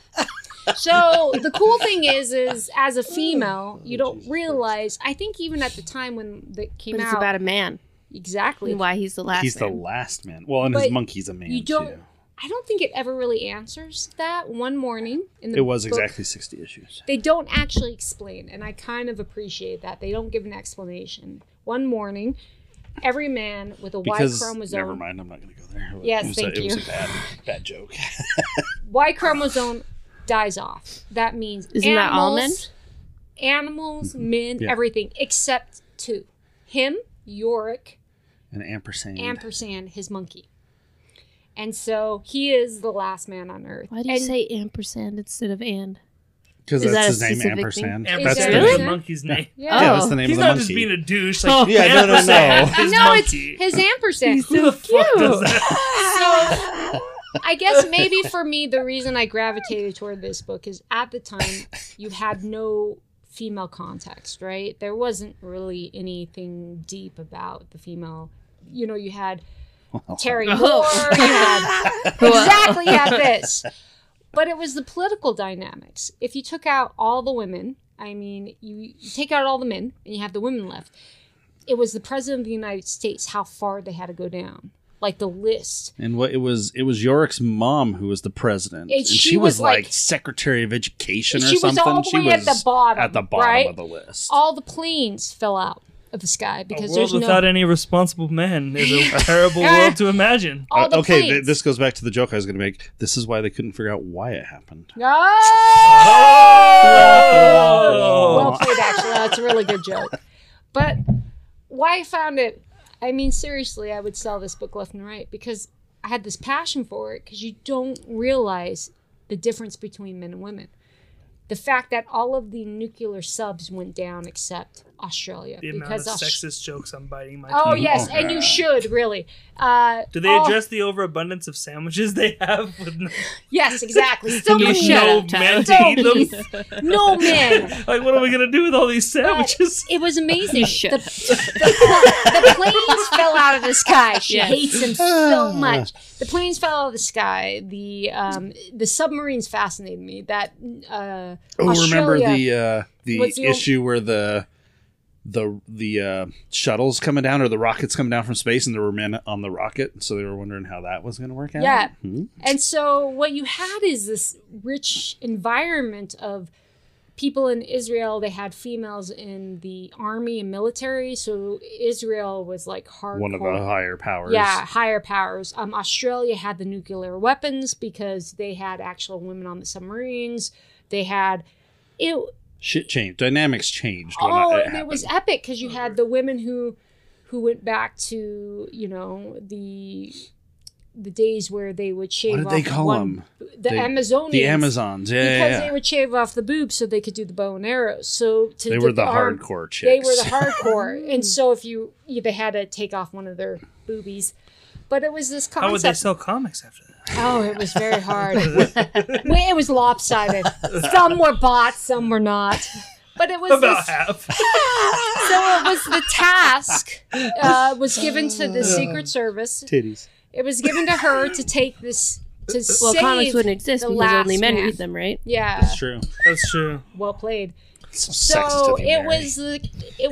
So the cool thing is, is as a female, you don't realize. I think even at the time when that came
But it's
out,
about a man
exactly.
and why he's the last
He's the
man.
last man. Well, and his
But
monkey's a man
you don't-
too.
I don't think it ever really answers that. One morning, in the
It was
book,
exactly sixty issues.
They don't actually explain, and I kind of appreciate that they don't give an explanation. One morning, every man with a Y
Because
chromosome,
never mind, I'm not gonna go there. It
Yes,
was
thank
a, It
you.
was a bad, bad joke.
Y chromosome dies off. That means
Isn't that all
animals- Animals, men,
Yeah.
everything except two: him, Yorick,
An ampersand.
ampersand his monkey. And so he is the last man on earth.
Why do you
and
say ampersand instead of and?
Because
Is
that's
that
his
a
name,
specific
ampersand.
Is
That's
That's
there
the
really? Oh.
the
name.
monkey's name.
Yeah.
Yeah, that's the name
He's
of the
not
monkey.
just being a douche.
Oh.
Like,
Yeah, no, no, no.
His
no, it's
monkey.
his ampersand.
Who the fuck does that?
so I guess maybe for me the reason I gravitated toward this book is at the time you had no female context, right? There wasn't really anything deep about the female. You know, you had Terry Moore, you had exactly you had this. But it was the political dynamics. If you took out all the women, I mean, you, you take out all the men and you have the women left. It was the president of the United States how far they had to go down, like the list.
And what it was, it was Yorick's mom who was the president,
And
and
she
she, was,
was
like,
like-
secretary of education or
She was
something.
all the
she
way at
was
the bottom,
at the bottom
right?
of the list.
All the planes fell out of the sky because
world
there's no
without any responsible men is a terrible world to imagine.
all the
Uh, okay, th-
planes.
this goes back to the joke I was going to make. This is why they couldn't figure out why it happened.
Oh! Well played, actually. That's a really good joke. But why I found it, I mean, seriously, I would sell this book left and right because I had this passion for it because you don't realize the difference between men and women. The fact that all of the nuclear subs went down except Australia.
The amount of
Aus-
sexist jokes I'm biting my
Oh,
teeth.
yes, and you should, really. Uh,
Do they
all-
address the overabundance of sandwiches they have with no,
Yes, exactly. Still
with
many.
no
up,
men
Tyler.
to eat them?
No men.
Like, what are we gonna do with all these sandwiches?
It was amazing.
shit.
The, the, the planes fell out of the sky. She
Yes.
hates him so much. The planes fell out of the sky. The um, the submarines fascinated me. That uh,
Oh, remember
Australia-
the uh, the
was the o-
issue where the the the uh, shuttles coming down or the rockets coming down from space, and there were men on the rocket, so they were wondering how that was going to work out.
Yeah.
Hmm?
And so what you had is this rich environment of people in Israel. They had females in the army and military, so Israel was like hardcore.
one of the higher powers.
Yeah, higher powers. Um, Australia had the nuclear weapons because they had actual women on the submarines. They had it.
shit changed. Dynamics changed. When
Oh,
that
and it
happened. Mm-hmm.
was epic because you had the women who who went back to you know the the days where they would shave.
What did
off
they call
one,
them?
The
They-
Amazonians.
the Amazons. Yeah, yeah,
Because
yeah.
they would shave off the boobs so they could do the bow and arrows. So to
They
do
were the
arm-
hardcore chicks.
They were the hardcore, and so if you, you they had to take off one of their boobies. But it was this concept.
How would they sell comics after that?
Oh, it was very hard. it was lopsided. Some were bought, some were not. But it was
About
this,
half.
so it was the task uh, was given to the Secret Service.
titties.
It was given to her to take this to
Well,
save
comics wouldn't exist
the
because
last
only men
man.
read them, right?
Yeah,
True.
That's true.
well played.
So,
So it was the, it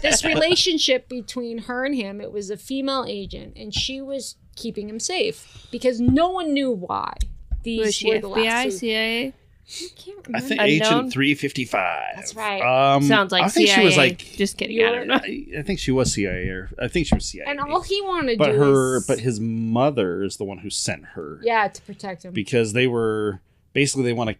this relationship between her and him. It was a female agent, and she was keeping him safe because no one knew why. These
Was she
were the last
FBI,
two.
CIA?
can't
I
remember.
think
Unknown?
Agent Three Fifty Five.
That's right.
Um,
Sounds like
I think
CIA.
she was like.
Just kidding. I don't know.
I, I think she was CIA. Or, I think she was CIA.
and all he wanted to
but
do
her,
is,
but his mother is the one who sent her.
yeah, to protect him.
Because they were basically they want to.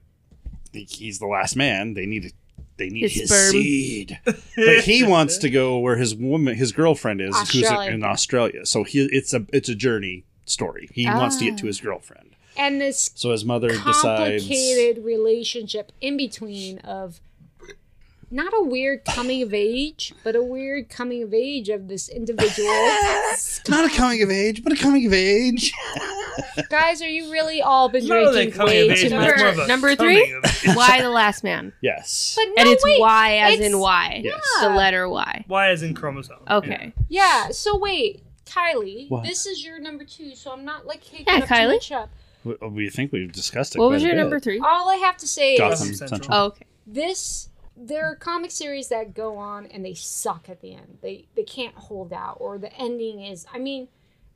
He's the last man. They need to. They need
His
his,
sperm.
seed. but he wants to go where his woman, his girlfriend is,
Australia.
Ah.
who's in Australia. So he, it's a it's a journey story. He wants to get to his girlfriend.
and this
So his mother decides.
complicated relationship in between of not a weird coming of age, but a weird coming of age of this individual.
It's not a coming of age, but a coming of age.
Guys, are you really all been
Not really
drinking
coming of
way
age,
too
but it's
much?
more of a
Number
coming
three?
of age.
Why the last man?
Yes.
But no,
and it's
wait,
Y as in
it's-
Y.
Yes.
The letter Y.
Why is in chromosome?
Okay.
Yeah. So wait, Kylie,
What?
this is your number two, so I'm not like kicking
Yeah,
up too
Kylie.
much up.
We, we think we've discussed it.
What
quite
was
a
your
bit. Uh,
number three?
All I have to say
Gotham
is
Gotham Central.
Central.
Oh, okay.
this: there are comic series that go on and they suck at the end. They they can't hold out, or the ending is. I mean,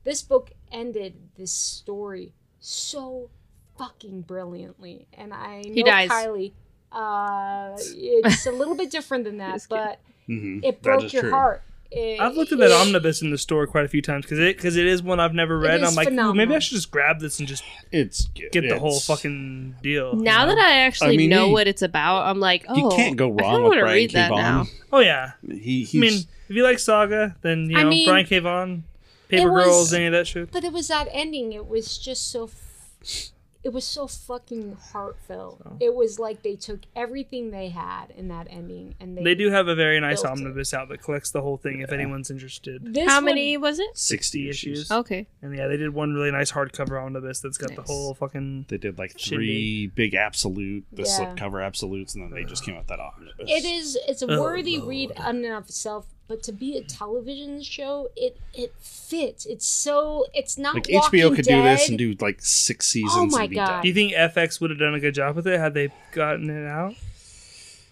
this book ended this story so fucking brilliantly, and I know
He dies.
Kylie. Uh, it's a little bit different than that,
Just kidding.
but
Mhm.
it
That
broke
is
your
true.
heart. It-
I've looked at that
it-
omnibus in the store quite a few times because it because it is one I've never read.
is
I'm like, ooh, maybe I
phenomenal.
should just grab this and just
It's
get the whole
it's-
fucking deal. you
Now
know?
that I actually
I mean,
know
you-
what it's about, I'm like, oh,
You can't go
I
wrong
want
with
to
Brian
read
K.
that
Vaughan.
now.
oh yeah,
He, he's,
I mean, if you like Saga, then you
I
know
mean,
Brian K. Vaughan, Paper
it was-
Girls, any of that shit.
But it was that ending. It was just so. F- it was so fucking heartfelt. It was like they took everything they had in that ending, and they,
They do have a very nice
Built it.
omnibus out that collects the whole thing if anyone's interested.
This
How
one-
many was it?
60
issues.
issues.
Oh.
Okay.
And yeah, they did one really nice hardcover omnibus that's got the
Nice.
whole fucking.
They did like
Shindig.
three big absolute, the
Yeah.
slipcover absolutes, and then they just came out that omnibus.
It is. It's a
Oh,
worthy read in and of itself. But to be a television show, it it fits. It's so. It's not
like
Walking
HBO could do this
Dead. Oh
and do like six seasons.
my
and be
God.
done.
Do you think FX would have done a good job with it had they gotten it out,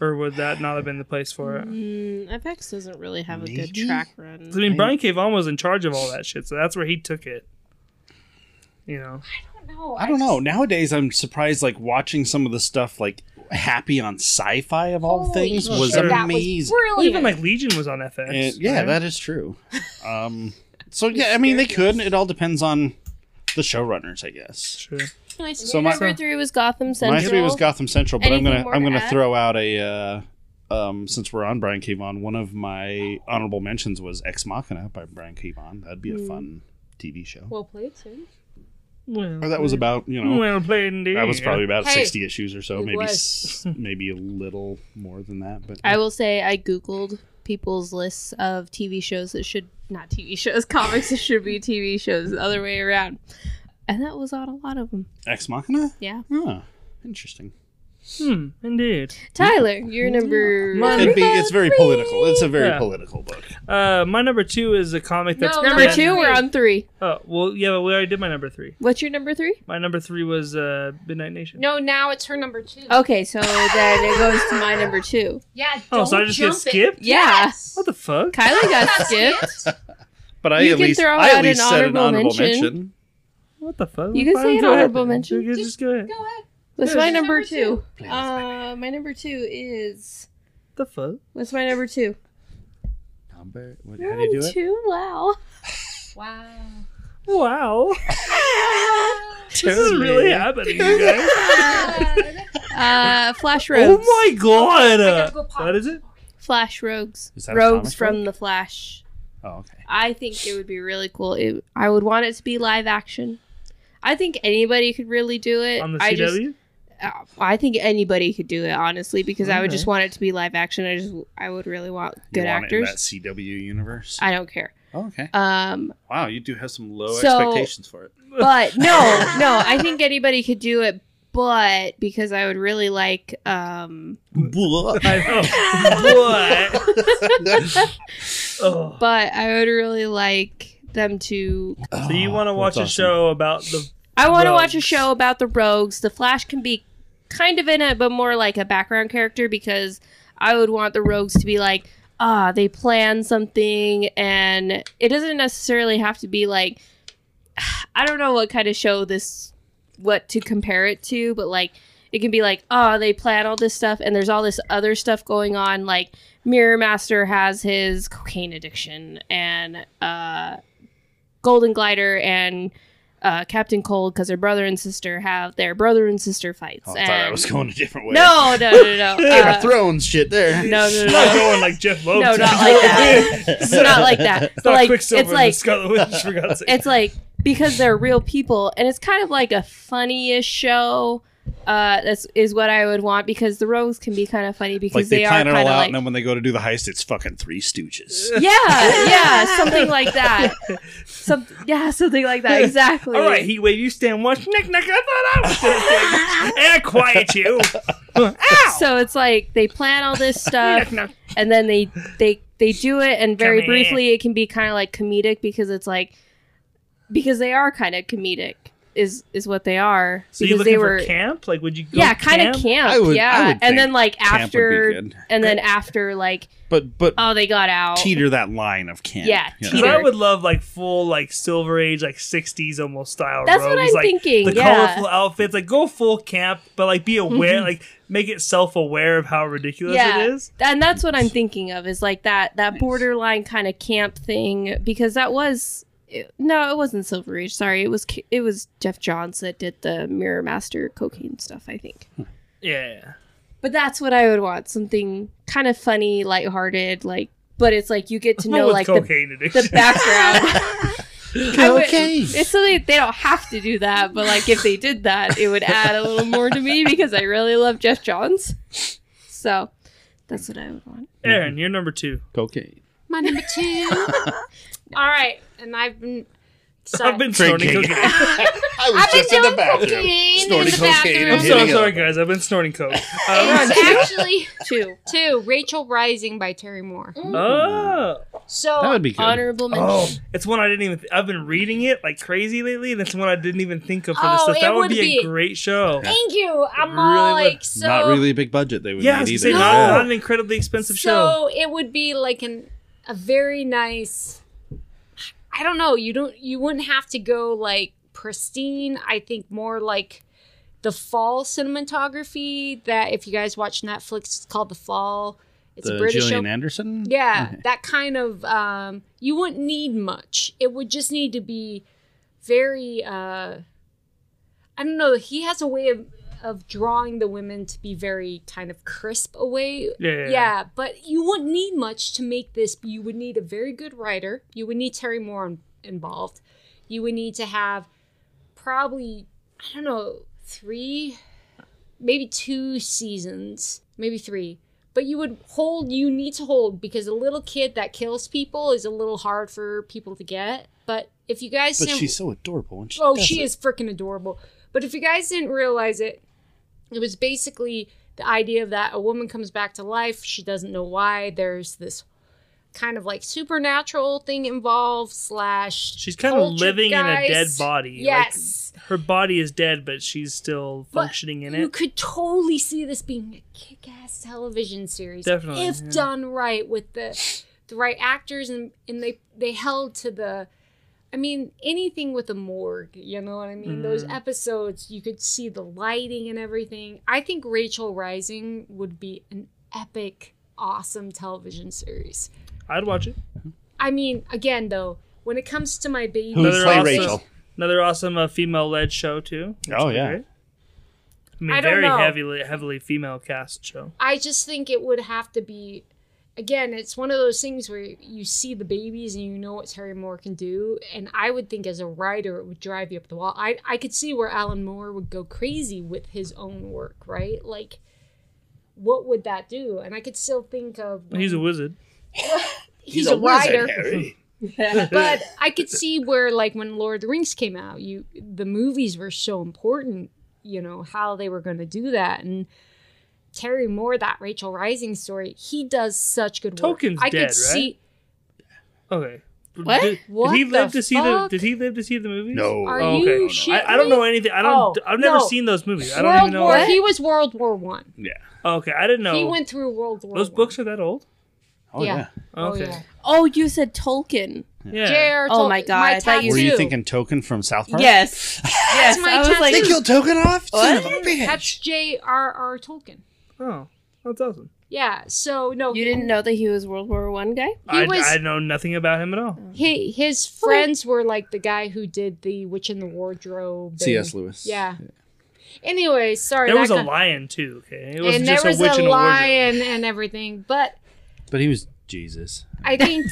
or would that not have been the place for it?
Mm, FX doesn't really have a good
Maybe?
track
I
run.
mean, Brian K. Vaughan was in charge of all that shit, so that's where he took it. You know,
No,
I don't know. Nowadays, I'm surprised. Like watching some of the stuff, like Happy on Sci-Fi of all
Holy
things,
shit,
was
sure.
that
amazing.
well,
brilliant.
even like Legion was on FX.
And- yeah,
right?
that is true. Um, so yeah, I mean, they could. It all depends on the showrunners, I guess.
Sure.
So my
Number three was Gotham Central.
my three was Gotham Central, but
Anything
I'm gonna
more
I'm
to
gonna
add?
throw out a. Uh, um, since we're on Brian K. Vaughan, one of my honorable mentions was Ex Machina by Brian K. Vaughan. That'd be a
Hmm.
fun TV show.
well played. Too.
Well,
Or that
hmm.
was about you know
well played indeed.
that was probably about
Hey,
60 issues or so
it
maybe
was.
s- maybe a little more than that but
I will say I googled people's lists of TV shows that should not TV shows, comics that should be TV shows, the other way around, and that was on a lot of them.
ex machina
Yeah,
Huh. interesting
Hmm, indeed.
Tyler, you're number
It'd be, it's very political it's a very
Yeah.
political book
Uh, my number two is a comic that's
No,
number
Number
two. We're
three.
on three.
Oh well, yeah, but we already did my number three.
What's your number three?
My number three was uh, Midnight Nation.
No, now it's her number two.
Okay, so then it goes to my number two.
Yeah.
oh,
Don't
so I just get
jump
skipped?
It.
Yeah.
Yes.
What the fuck?
Kylie got skipped.
but i
You
at
can
least
throw
i
out
at least
an
said an
honorable
honorable
mention.
mention,
What the fuck?
You can
Fine,
say an
go ahead
honorable
then.
mention.
You can Just, go ahead.
Go ahead.
What's
Who's
my
your
number
number
two?
two?
Uh, my number two is.
The fuck?
What's my number two?
Number- what-
You're
how do you do
on
it
two. Wow.
Wow.
Wow. this is really happening, you guys.
Uh, Flash
oh
Rogues.
my god.
gotta go pop.
what is it?
Flash Rogues.
Is that a
Rogues
comic
from
book?
the Flash.
oh okay
I think it would be really cool. It, I would want it to be live action. I think anybody could really do it.
On the
I
CW?
just, uh, I think anybody could do it honestly because I would just
Okay.
want it to be live action. I just I would really want good
you want
actors.
it in that cw universe
I don't care.
oh, okay
Um,
wow you do have some low
So-
expectations for it
but no, no, I think anybody could do it. But because I would really like, um,
I know. what? oh.
but I would really like them to.
So you want to watch a show about the
I want to watch a
Rogues.
show about the rogues. The Flash can be kind of in it, but more like a background character because I would want the rogues to be like, ah, they plan something, and it doesn't necessarily have to be like, I don't know what kind of show this, what to compare it to, but like. It can be like, oh, they plan all this stuff, and there's all this other stuff going on. Like Mirror Master has his cocaine addiction, and uh, Golden Glider and uh, Captain Cold because their brother and sister have their brother and sister fights.
Oh, I
and
thought I was going a different way.
no, no, no, no, no.
Game
Uh,
of Thrones shit there.
no, no, no,
not
no,
going like Jeff Loeb.
no, not like that. not like that.
It's
But
not
like,
Quicksilver it's
it's
like,
like,
Scarlet Witch for God's sake.
it's like because they're real people and it's kind of like a funny-ish show uh that's is what i would want because the rogues can be kind of funny because
Like
they,
they,
are
plan
kind
it
of
all out,
like
and then when they go to do the heist, it's fucking Three Stooges.
yeah yeah something like that some yeah something like that exactly
All right, Heatwave, you stand watch. Nick, Nick, I thought I was doing things. And I quiet you. Ow!
so it's like they plan all this stuff and then they they they do it and very
Come here.
briefly it can be kind of like comedic because it's like because they are kind of comedic is is what they are
So you
because
looking for camp? Like, would you go
yeah kind of camp
I would- I
yeah
would think
and then like
camp would be
after
good.
and then after like
But but
oh they got out
teeter that line of camp.
Yeah,
you know?
Because
teeter.
I would love like full like silver age like '60s almost style.
That's what
robes,
I'm
like,
thinking,
The
yeah. Mm-hmm.
colorful outfits, like go full camp, but like be aware, like make it self aware of how ridiculous
yeah
it is.
and that's what i'm thinking of is like that that borderline kind of camp thing because that was it- no it wasn't silver age sorry it was K- it was jeff johns that did the mirror master cocaine stuff i think
Yeah.
but that's what i would want something kind of funny lighthearted like but it's like you get to know
With
like the,
cocaine addiction.
the background I would-
Cocaine.
it's something they don't have to do that but like if they did that it would add a little more to me because i really love jeff johns so that's what i would want
Aaron, you're number two.
Cocaine.
My number two. All right, and I've been. So,
I've been snorting
Drinking.
cocaine.
I was
I've been doing cocaine in
Snorting
the
cocaine
bathroom.
and
I'm
hitting
so
it.
sorry, guys. I've been snorting coke. Um,
It's actually
two
two. Rachel Rising by Terry Moore.
oh,
So
Mm. That would be good.
honorable mention.
oh, it's one I didn't even. Th- I've been reading it like crazy lately, and it's one I didn't even think of for this
Oh,
stuff.
it
That would
would
be, a
be-
great show.
thank you. I'm
Really
all
would-
like so.
Not really a big budget they would
Yeah, I was
need
gonna
either.
say, not, not an incredibly expensive show.
So it would be like an a very nice. I don't know. You don't. You wouldn't have to go like pristine. I think more like the fall cinematography that if you guys watch Netflix, it's called The Fall. It's
the
a British
Gillian
show.
Anderson.
Yeah, that kind of um, you wouldn't need much. It would just need to be very. Uh, I don't know. He has a way of of drawing the women to be very kind of crisp away.
Yeah, yeah, yeah.
but you wouldn't need much to make this. You would need a very good writer. You would need Terry Moore in- involved. You would need to have probably I don't know three maybe two seasons, maybe three. But you would hold, you need to hold because a little kid that kills people is a little hard for people to get. But if you guys
But
didn't-
she's so adorable. When she
oh,
does
she
it.
is freaking adorable. But if you guys didn't realize it, it was basically the idea that a woman comes back to life. She doesn't know why. There's this kind of like supernatural thing involved, slash,
She's kind of
culture
living in a dead
guys.
body. like,
Yes.
her body is dead, but she's still
But
functioning in
You
it.
could totally see this being a kick-ass television series,
Definitely,
if
yeah.
done right with the the right actors and and they they held to the. I mean, anything with a morgue, you know what I mean? Those
Mm.
episodes, you could see the lighting and everything. I think Rachel Rising would be an epic, awesome television series.
I'd watch it.
I mean, again, though, when it comes to my baby,
Who's
Another
play
awesome-
Rachel?
Another awesome uh, female-led show too. which
Oh,
would be
yeah.
great. I mean,
I don't
very
know.
heavily heavily female cast show.
I just think it would have to be again, it's one of those things where you see the babies and you know what Terry Moore can do. And I would think as a writer it would drive you up the wall. I I could see where Alan Moore would go crazy with his own work, right? Like what would that do? And I could still think of
He's a wizard.
he's a writer.
Harry.
but I could see where, like, when Lord of the Rings came out, you the movies were so important. You know how they were going to do that, and Terry Moore, that Rachel Rising story, he does such good work.
Tolkien's
I
dead, right?
could see.
Okay.
What?
Did, did
What
he
the
live to see the?
fuck?
Did he live to see the movies?
No.
Are
Oh, okay.
you
I,
shitting
I don't know
me?
anything. I don't.
Oh,
I've never
no.
seen those movies. I don't
World
even know.
War.
What?
He was World War One.
Yeah.
Okay, I didn't know.
He went through World War.
those
One.
books are that old.
Oh yeah.
Oh,
Okay.
yeah.
Oh, you said Tolkien.
Yeah.
J.R.R.
Oh, my
Tolkien,
God, I thought you-
Were
tattoo.
you thinking Token from South Park?
Yes. yes.
my
I was
tattoo.
like,
They killed Token off. Son of a bitch.
That's J.R.R. Tolkien.
Oh, that's awesome.
Yeah. So no,
you didn't know that he was World War One guy?
He
I,
was-
I know nothing about him at all.
He, his friends were like the guy who did the Witch in the Wardrobe. and-
C.S. Lewis.
Yeah. Anyway, sorry.
There
that
was a
got-
lion too. Okay, it was
and
just
there was
a witch
a
and a wardrobe.
lion and everything, but
But he was
Jesus.
I think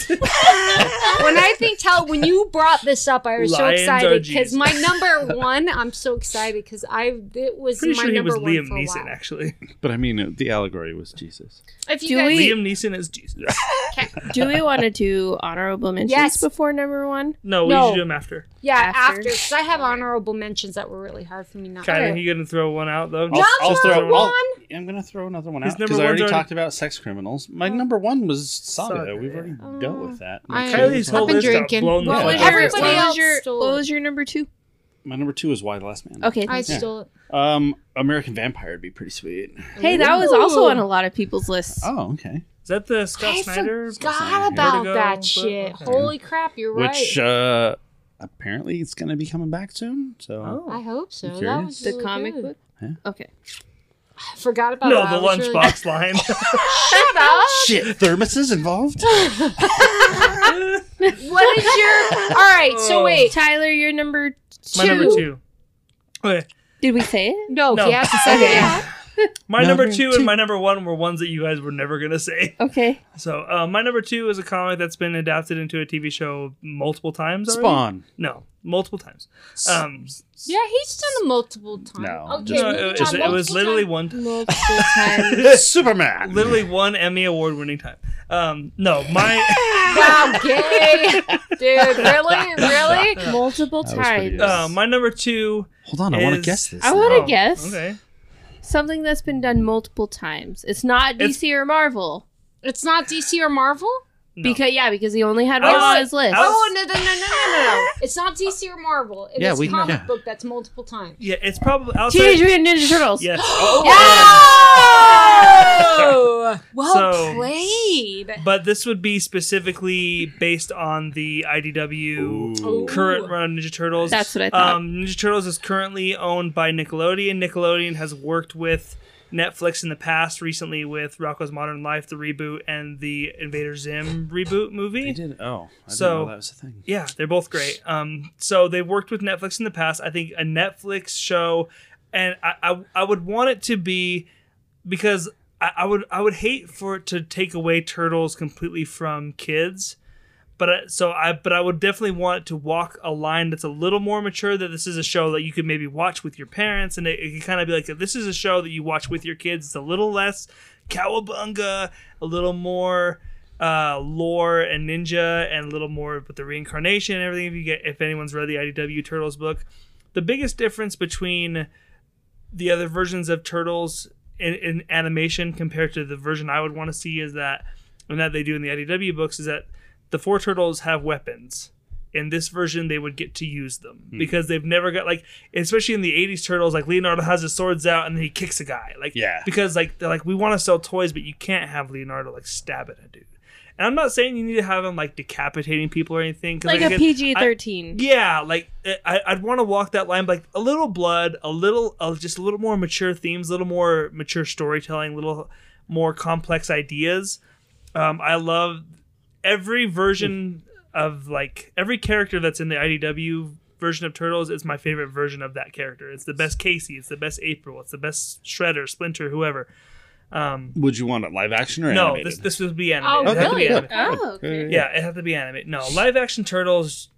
when I think tell when you brought this up, I was
Lions
so
are
excited because
Jesus.
my number one. I'm so excited because I it was
Pretty
my
sure he
number
was
one
Liam
for a
Neeson,
while.
actually.
But I mean, uh, the allegory was Jesus.
If you
Do
guys,
we-
Liam Neeson is Jesus.
Do we want to do honorable mentions
Yes.
before number one?
No, we
No.
should do him after.
yeah,
After.
after because I have honorable mentions that were really hard for me not.
Kind
to.
of. You gonna throw one out though?
I'll, I'll
Number
throw.
one?
I'll, I'm gonna throw another one
His
out
number
because I
one's
already
already-
talked about sex criminals. My number one was Saga.
Saga,
We've
yeah.
already dealt with that.
Oh. Uh,
My,
I-
two-
Kylie's whole
I've been
list
drinking.
got blown the
What
fuck
was
up.
your-
Everybody
what
else
was your
stole
What
it.
was your number two?
my number two is Why the Last Man.
Okay.
I
thank you.
still
Um, American Vampire would be pretty sweet.
Hey, that was
Ooh.
also on a lot of people's lists.
Oh, okay.
Is that the Scott Snyder?
Snyder.
forgot about
Vertigo,
that
but-
shit.
okay.
Holy crap, you're right.
Which uh, apparently it's gonna be coming back soon. So
I
Oh.
hope so.
I'm
That
curious.
was
The
really
comic
good.
book.
Yeah.
Okay.
I forgot about
No,
that.
the
It was really-
lunchbox line.
Shut up.
shit, thermoses involved.
What is your? All right. So
Oh.
wait.
Tyler, your number
My number two. Okay.
Did we say it?
No,
No.
he has to say it.
My
Number
number, two,
two.
and my number one were ones that you guys were never gonna say.
Okay.
So uh, my number two is a comic that's been adapted into a TV show multiple times. already.
Spawn.
No, multiple times. Um,
Yeah, he's done it multiple times.
No,
okay,
no,
moving
it, was,
on,
it was
multiple
literally
times.
one,
Multiple times.
Superman.
literally one Emmy award winning time. Um, no, my
Wow, gay, dude. Really, really.
Multiple
That was pretty
times.
good.
uh, my number two.
Hold on, I want to
is-
guess this.
I
now.
want to
Oh,
guess
Okay.
something that's been done multiple times. It's not
It's-
DC or Marvel.
It's not DC or Marvel.
No.
Because yeah, because he only had
I
one on
was-
his list.
I was-
Oh no, no, no, no, no, no. It's not DC or Marvel. It is
Yeah, we-
comic
yeah.
book that's multiple times.
Yeah, it's probably outside.
Teenage Mutant Ninja Turtles.
Yes.
Oh! well
So-
played.
But this would be specifically based on the IDW
Ooh.
current run of Ninja Turtles.
That's what I thought.
Um, Ninja Turtles is currently owned by Nickelodeon. Nickelodeon has worked with Netflix in the past, recently with Rocco's Modern Life, the reboot, and the Invader Zim reboot movie.
They did. Oh, I
So-
didn't know that was a thing.
Yeah, they're both great. Um, so they've worked with Netflix in the past. I think a Netflix show, and I, I, I would want it to be because I, I would I would hate for it to take away turtles completely from kids. But I, so I but I would definitely want it to walk a line that's a little more mature. That this is a show that you could maybe watch with your parents, and it, it could kind of be like this is a show that you watch with your kids. It's a little less cowabunga, a little more uh, lore and ninja, and a little more with the reincarnation and everything. If you get, if anyone's read the IDW Turtles book, the biggest difference between the other versions of Turtles in, in animation compared to the version I would want to see is that, and that they do in the IDW books, is that the four turtles have weapons. In this version, they would get to use them because they've never got like, especially in the '80s Turtles, like Leonardo has his swords out and then he kicks a guy, like
Yeah.
because like they're like we want to sell toys, but you can't have Leonardo like stabbing a dude. And I'm not saying you need to have him like decapitating people or anything, 'cause,
Like
I
a
guess-
PG
I-
thirteen.
yeah, like I, I'd want to walk that line, but, like a little blood, a little, uh, just a little more mature themes, a little more mature storytelling, a little more complex ideas. Um, I love every version of like every character that's in the IDW version of Turtles is my favorite version of that character. It's the best Casey, it's the best April, it's the best Shredder, Splinter, whoever. Um,
Would you want it live action or
no,
animated?
this this would be
Oh,
animated. It'd have to be
really?
animated.
Oh, okay.
Yeah, it had to be animated. No, live action Turtles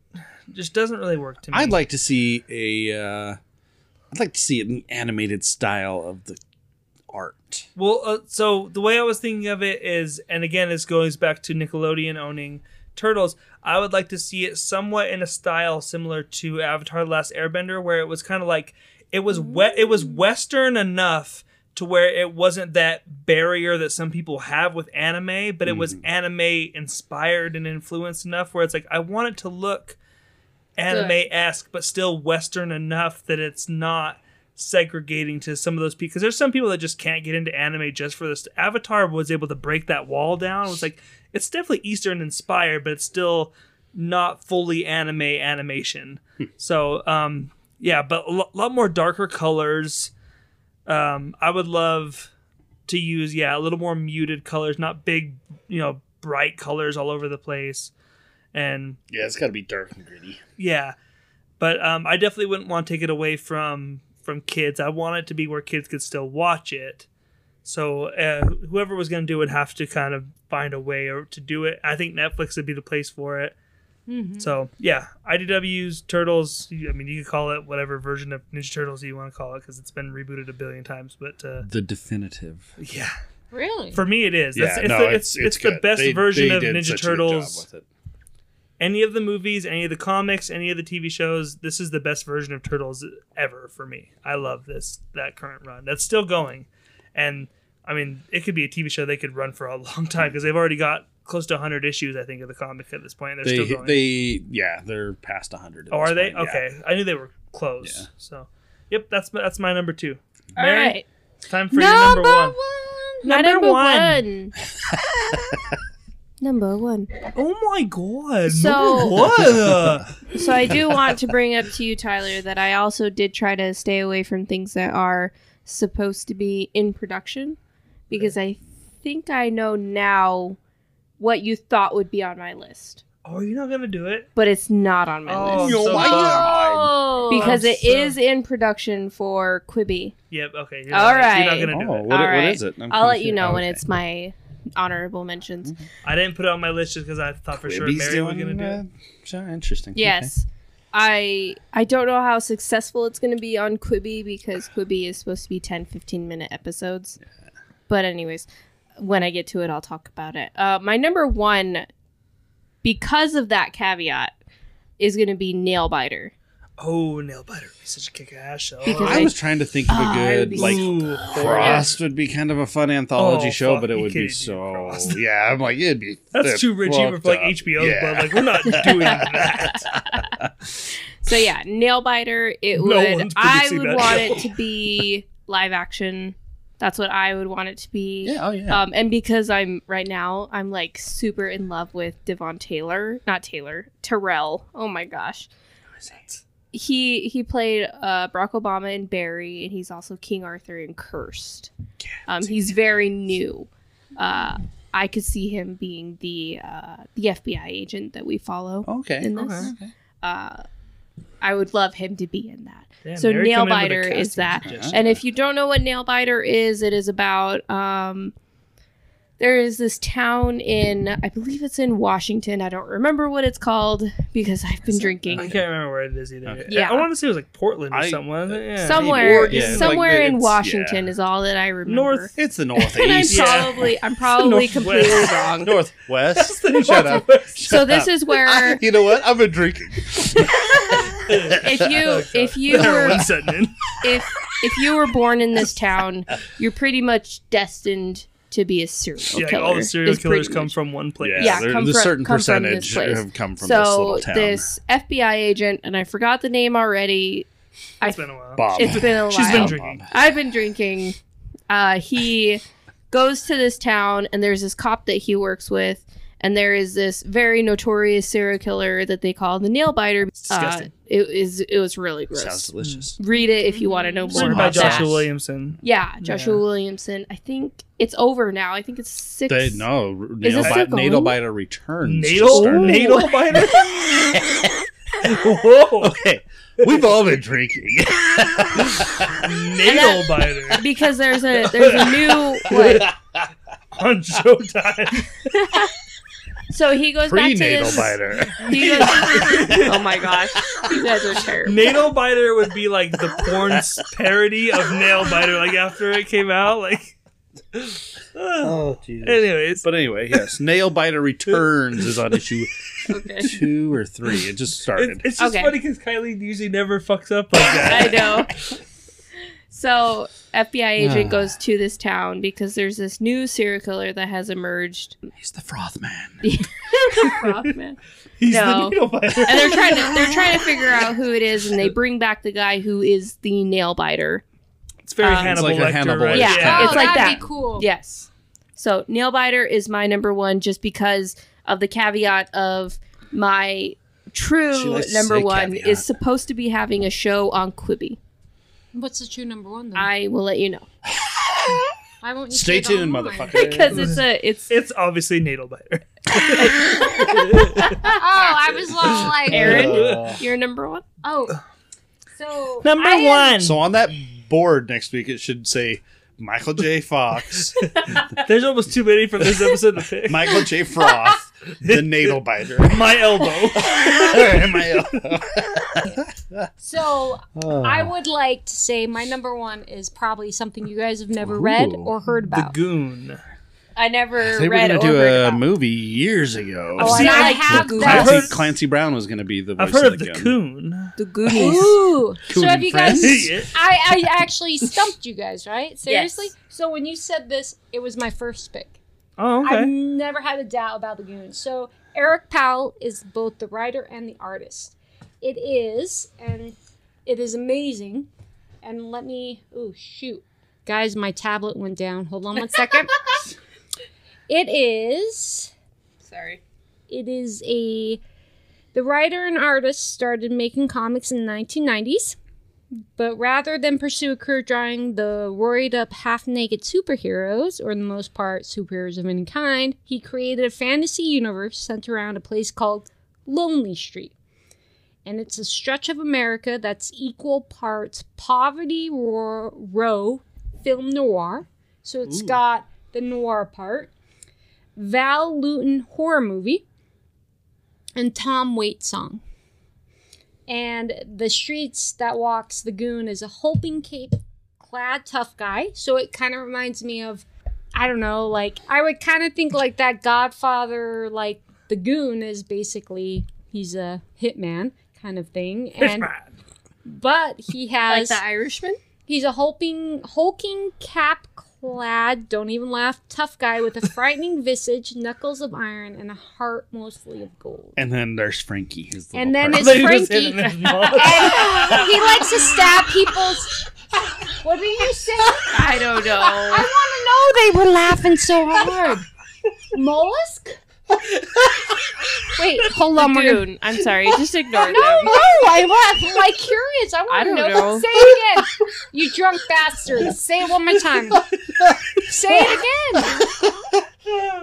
just doesn't really work to me.
I'd like to see a. Uh, I'd like to see an animated style of the art.
Well, uh, so the way I was thinking of it is, and again, this goes back to Nickelodeon owning Turtles. I would like to see it somewhat in a style similar to Avatar: The Last Airbender, where it was kind of like it was we- it was Western enough to where it wasn't that barrier that some people have with anime, but it was anime inspired and influenced enough where it's like I want it to look anime esque, but still Western enough that it's not segregating to some of those people because there's some people that just can't get into anime just for this avatar was able to break that wall down it's like it's definitely eastern inspired but it's still not fully anime animation so um yeah but a lo- lot more darker colors um i would love to use yeah a little more muted colors not big you know bright colors all over the place and
Yeah, it's got to be dark and gritty.
yeah, but um, I definitely wouldn't want to take it away from from kids. I want it to be where kids could still watch it, So uh, whoever was going to do it would have to kind of find a way or to do it. I think Netflix would be the place for it. So yeah, IDW's Turtles. you- I mean, you could call it whatever version of Ninja Turtles you want to call it because it's been rebooted a billion times. But uh,
The definitive.
yeah,
Really?
for me it is. That's,
yeah,
it's,
no,
the, it's, it's, the
good.
best
They-
version
they
of
did
Ninja
such a good
Turtles.
job with it.
Any of the movies, any of the comics, any of the TV shows. This is the best version of Turtles ever for me. I love this that current run that's still going, and I mean it could be a TV show they could run for a long time because they've already got close to 100 issues I think of the comic at this point. and They're still
They,
going.
they, yeah, they're past hundred.
Oh, are they? Okay, I knew they were close.
Yeah.
So, yep, that's my, that's my number two.
All
Mary,
right.
it's time for your number one.
My
Number
number
one.
one. number one.
Oh my god!
So-
number one.
So I do want to bring up to you, Tyler, that I also did try to stay away from things that are supposed to be in production because I think I know now what you thought would be on my list,
oh, you're not gonna do it?
but it's not on my
Oh, I'm
list.
so
my
bummed.
Oh,
Because
I'm
it
so-
is in production for Quibi.
Yep. Okay. You're not,
All right.
You're not gonna do
Oh,
it.
what,
All
what
right.
is it? I'm
I'll let
confused.
you know when
Okay.
it's my honorable mentions.
I didn't put it on my list just because I thought for sure
Quibi's
Mary was
doing,
gonna do it.
uh, so interesting.
Yes. I I don't know how successful it's going to be on Quibi because Quibi is supposed to be 10 15 minute episodes. But anyways, when I get to it I'll talk about it. Uh, my number 1 because of that caveat is going to be Nailbiter.
Oh, nail biter would be such a kick ass show.
Because Ah,
Okay. I was trying to think of a good
be
like
Ooh,
Crossed would be kind of a fun anthology
Oh,
show,
fuck,
but it
you
would be
can't do
so.
Crossed.
Yeah, I'm like it'd be.
that's too rich even for like
fucked up.
HBO's
Yeah.
but like we're not doing that.
So yeah, Nailbiter it
No
would
one's
I
producing
would
that
want
show.
it to be live action. That's what I would want it to be.
Yeah, oh yeah.
Um, and because I'm right now, I'm like super in love with Devon Taylor, not Taylor, Terrell. Oh my gosh, he he played uh, Barack Obama in Barry, and he's also King Arthur in Cursed. Um, he's very new. Uh, I could see him being the uh, the FBI agent that we follow
okay.
in this. Uh, I would love him to be in that.
Damn,
so
Mary coming in with a
Nailbiter is
casting
that.
suggestion.
And if you don't know what Nailbiter is, it is about um there is this town in I believe it's in Washington. I don't remember what it's called because I've been
I
drinking.
can't remember where it is either.
Okay.
Yeah.
I want to say it was like Portland or
I-
something. wasn't it? Yeah.
Somewhere
Or- yeah,
somewhere
like,
in
it's-
Washington is all that I remember.
North-
It's the
And I'm
northeast,
Yeah.
probably I'm probably
Northwest.
completely wrong.
northwest.
the
Shut up.
Northwest.
Shut
So this
up.
is where
I- you know what? I've been drinking.
if you if you were
Heroin setting in.
if if you were born in this town, you're pretty much destined to be a serial
Yeah,
killer.
all the serial
is
killers
pretty
come
much-
from one place.
Yeah,
there-
come
there's
from-
certain
come from this
percentage
place.
have come from this
so
little town.
this FBI agent, and I forgot the name already.
It's been a while.
Bob.
It's been a
She's
while.
been drinking.
I've been drinking. Uh, he goes to this town, and there's this cop that he works with, and there is this very notorious serial killer that they call the nail biter. Uh,
disgusting.
it is. It was really gross.
Sounds delicious.
Read it if you want to know more
Written by
about that.
Joshua Williamson.
Yeah, Joshua Williamson. I think it's over now. I think it's six.
They no r-
Is
nail,
this
bi-
still
nail
going?
biter returns. just
Natal?
started.
Natal biter? Whoa.
Okay, we've all been drinking.
Natal biter.
Because there's a there's a new what,
On Showtime.
so he goes back to
Prenatal
this.
biter.
He goes, oh my gosh, you guys are terrible.
Natal biter would be like the porn s- parody of nail biter, like after it came out. Like,
Oh, Jesus.
anyways.
But anyway, yes, Nail Biter Returns is on issue
Okay.
two or three. It just
It,
started.
it's just
Okay.
funny because Kylie usually never fucks up like that.
I know. So FBI agent goes to this town because there's this new serial killer that has emerged.
He's the froth man.
Rothman.
He's
No.
the nail biter.
And they're trying to they're trying to figure out who it is, and they bring back the guy who is the nail biter.
It's very
Um,
Hannibal
It's like a
Lecter,
Hannibal
right?
Lecter
Yeah,
Yeah.
Oh,
it's like
that'd
that.
be cool.
Yes. So nail biter is my number one, just because of the caveat of my
She
true
likes to
number
say
one
caveat.
is supposed to be having a show on Quibi.
What's the true number one? Though?
I will let you know
Why won't you
Stay
say it
tuned,
online?
motherfucker.
because it's a it's
It's obviously natal biter.
Oh, I was all like,
Aaron.
Uh,
your number one.
Oh, so
Number
I am-
one.
so on that board next week, it should say Michael J. Fox,
There's almost too many from this episode to pick. My,
Michael J. Froth, the Natal Biter.
elbow.
Am I-
So I
Ah.
would like to say my number one is probably something you guys have never read
Ooh.
or heard
the
about.
goon.
I never
they were
read
going to
or
do
heard
a
about.
movie years ago.
Oh, and
seen,
I
like,
have
the
that.
Clancy,
I've heard-
Clancy Brown was going to be the voice
I've heard of the
the goon.
coon.
The Goonies.
Ooh. So
Coon
have you
and
guys?
friends.
I, I actually stumped you guys, right? Seriously.
Yes.
So when you said this, it was my first pick.
Oh,
I
okay.
never had a doubt about the goon. So Eric Powell is both the writer and the artist. It is, and it is amazing. And let me, oh shoot, guys, my tablet went down. Hold on one second. it is.
Sorry.
It is a. The writer and artist started making comics in the 1990s, but rather than pursue a career drawing the worried up half naked superheroes, or in the most part, superheroes of any kind, he created a fantasy universe centered around a place called Lonely Street. And it's a stretch of America that's equal parts poverty ro- row film noir. So it's got the noir part, Val Luton horror movie, and Tom Waits song. And the streets that walks the goon is a hulking cape clad tough guy. So it kind of reminds me of, I don't know, like I would kind of think like that Godfather, like the goon is basically he's a hitman kind of thing. And but he
like
has
the Irishman.
He's a hulking, hulking cap clad, don't even laugh, tough guy with a frightening visage, knuckles of iron, and a heart mostly of gold.
And then there's Frankie. Who's the
And
little
then
part.
it's Frankie. And he likes to stab people's. What did you say?
I don't know.
I want to know they were laughing so hard. Mollusk? Wait, hold on, we're gonna-
Goon. I'm sorry. Just ignore
No,
them.
no, I'm like curious. I
I
want to
don't
know.
know.
Say it again. You drunk bastard. Say it one more time. Say it again.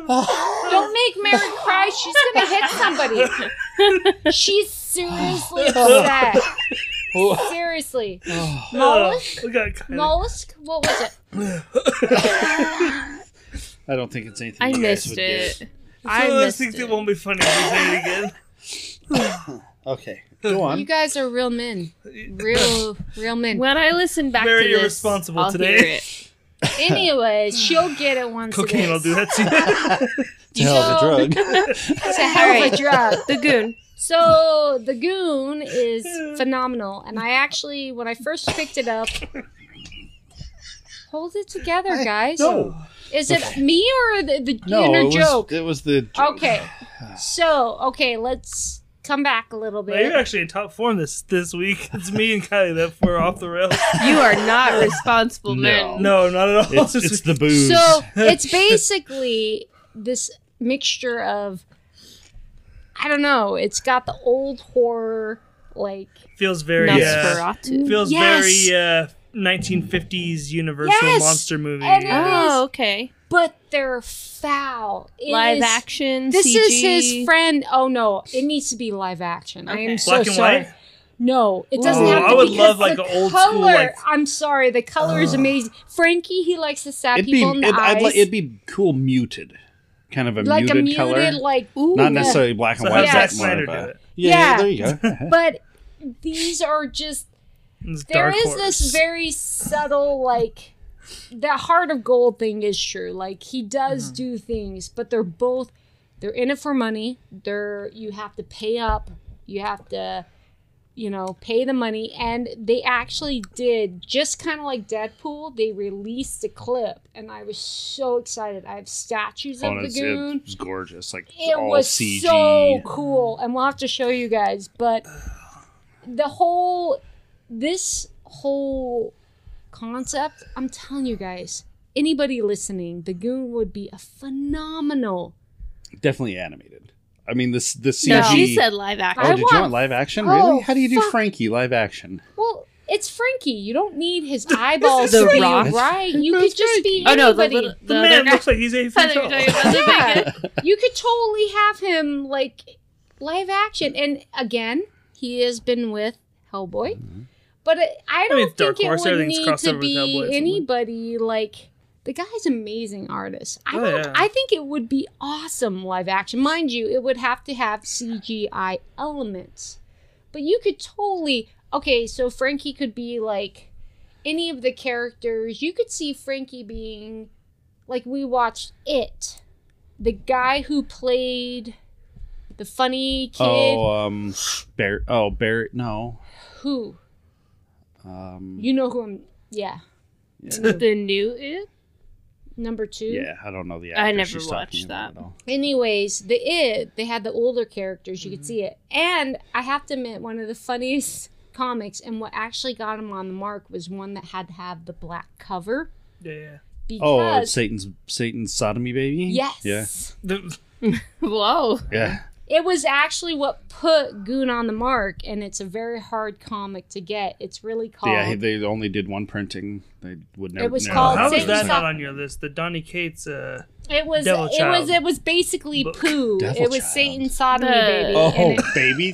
Don't make Mary cry. She's gonna hit somebody. She's seriously upset. Seriously. Mollusk?
Oh, we got kind of,
Mollusk? What was it?
I don't think it's anything.
I
you guys
missed
would
it.
get.
I
one of those
missed
things
it.
that won't be funny if we say it again.
Okay, go on.
You guys are real men. Real, real men.
When I listen back
Very
to this,
irresponsible
I'll
today.
hear it.
Anyways, she'll get it once.
Cocaine
it
will
is.
do that too.
to hell of a drug.
It's a hell of a drug.
The Goon.
So the goon is phenomenal, and I actually, when I first picked it up, hold it together, guys.
no.
Is it me or the, the
No,
inner
it was,
joke? Oh,
it was the joke.
Okay, so okay, let's come back a little
Well, you're
bit.
actually in top form this this week. It's me and Kylie that were off the rails.
You are not responsible, man.
No, not at all.
It's, it's the booze.
So it's basically this mixture of, I don't know, it's got the old horror like
feels very uh,
Nosferatu.
feels
Yes.
very uh, 1950s Universal
Yes.
monster movie.
And-
Oh, okay.
but they're foul. It
Live
is-
action.
This
CG.
is his friend. Oh no, it needs to be live action. I am
Okay.
so
Black and
sorry.
white?
No, it doesn't
Ooh,
have to.
I would
because
love, like,
the
an old
color.
school, like-
I'm sorry, the color is amazing. Frankie, he likes to stab
it'd be
people in the
it,
eyes.
I'd like, it'd be cool muted, kind of a
like
muted,
a muted,
color,
like ooh,
not necessarily black and
So
white.
how's
Zack
but
Snyder
more of
do
a-
it?
Yeah,
Yeah.
there you go.
But these are just.
It's
There
Dark
is
Horse.
this very subtle like. The heart of gold thing is true. Like he does do things, but they're both they're in it for money. They're you have to pay up. You have to you know, pay the money. And they actually did just kind of like Deadpool. They released a clip, and I was so excited. I have statues
Oh,
of the
it's-
goon.
it was gorgeous, like
It
all
was
CG.
so cool, and we'll have to show you guys. But the whole, this whole concept, I'm telling you guys, anybody listening, the goon would be a phenomenal.
Definitely animated. I mean, this the CG.
No, she said live action.
Oh,
I
did you
want-
want live action?
Oh,
really? How do you do
fuck.
Frankie live action?
Well, it's Frankie. You don't need his eyeballs to
The
be
Rock.
right. You could just be
Oh no, the,
anybody.
little, the,
The
other
man
guy.
looks like he's eight
I
feet
thought you were
tall.
talking about the big guy.
yeah, you could totally have him like live action. And again, he has been with Hellboy, But it, I don't
mean, it's Dark
think it
Horse.
would
Everything's
need
crossed
to
over with Hellboy at some
be
point.
anybody like the guy's amazing artist. I
Oh,
don't,
yeah.
I think it would be awesome live action. Mind you, it would have to have CGI elements. But you could totally okay, so Frankie could be like any of the characters. You could see Frankie being like we watched it. The guy who played the funny kid
Oh, um, Barrett. Oh, Barrett. No.
who
Um,
you know who I'm yeah.
the new it.
Number two.
yeah, I don't know the.
I
actor
never
she's talking
watched
about
that.
at all.
Anyways, the it they had the older characters. You
Mm-hmm.
could see it, and I have to admit, one of the funniest comics, and what actually got him on the mark was one that had to have the black cover
Yeah, yeah.
Oh,
because
it's Satan's Satan's sodomy baby.
yes,
Yeah.
The-
Whoa.
Yeah.
it was actually what put Goon on the mark, and it's a very hard comic to get. It's really called.
Yeah. They only did one printing. They would never.
was
never-
called
how is
Satan's
that not
Sod-
on your list? The Donny Cates. Uh,
it was.
Devil
it
Child
was. It was basically
book.
poo.
Devil
it was
Child.
Satan's sodomy
Uh,
baby.
Oh,
and it-
baby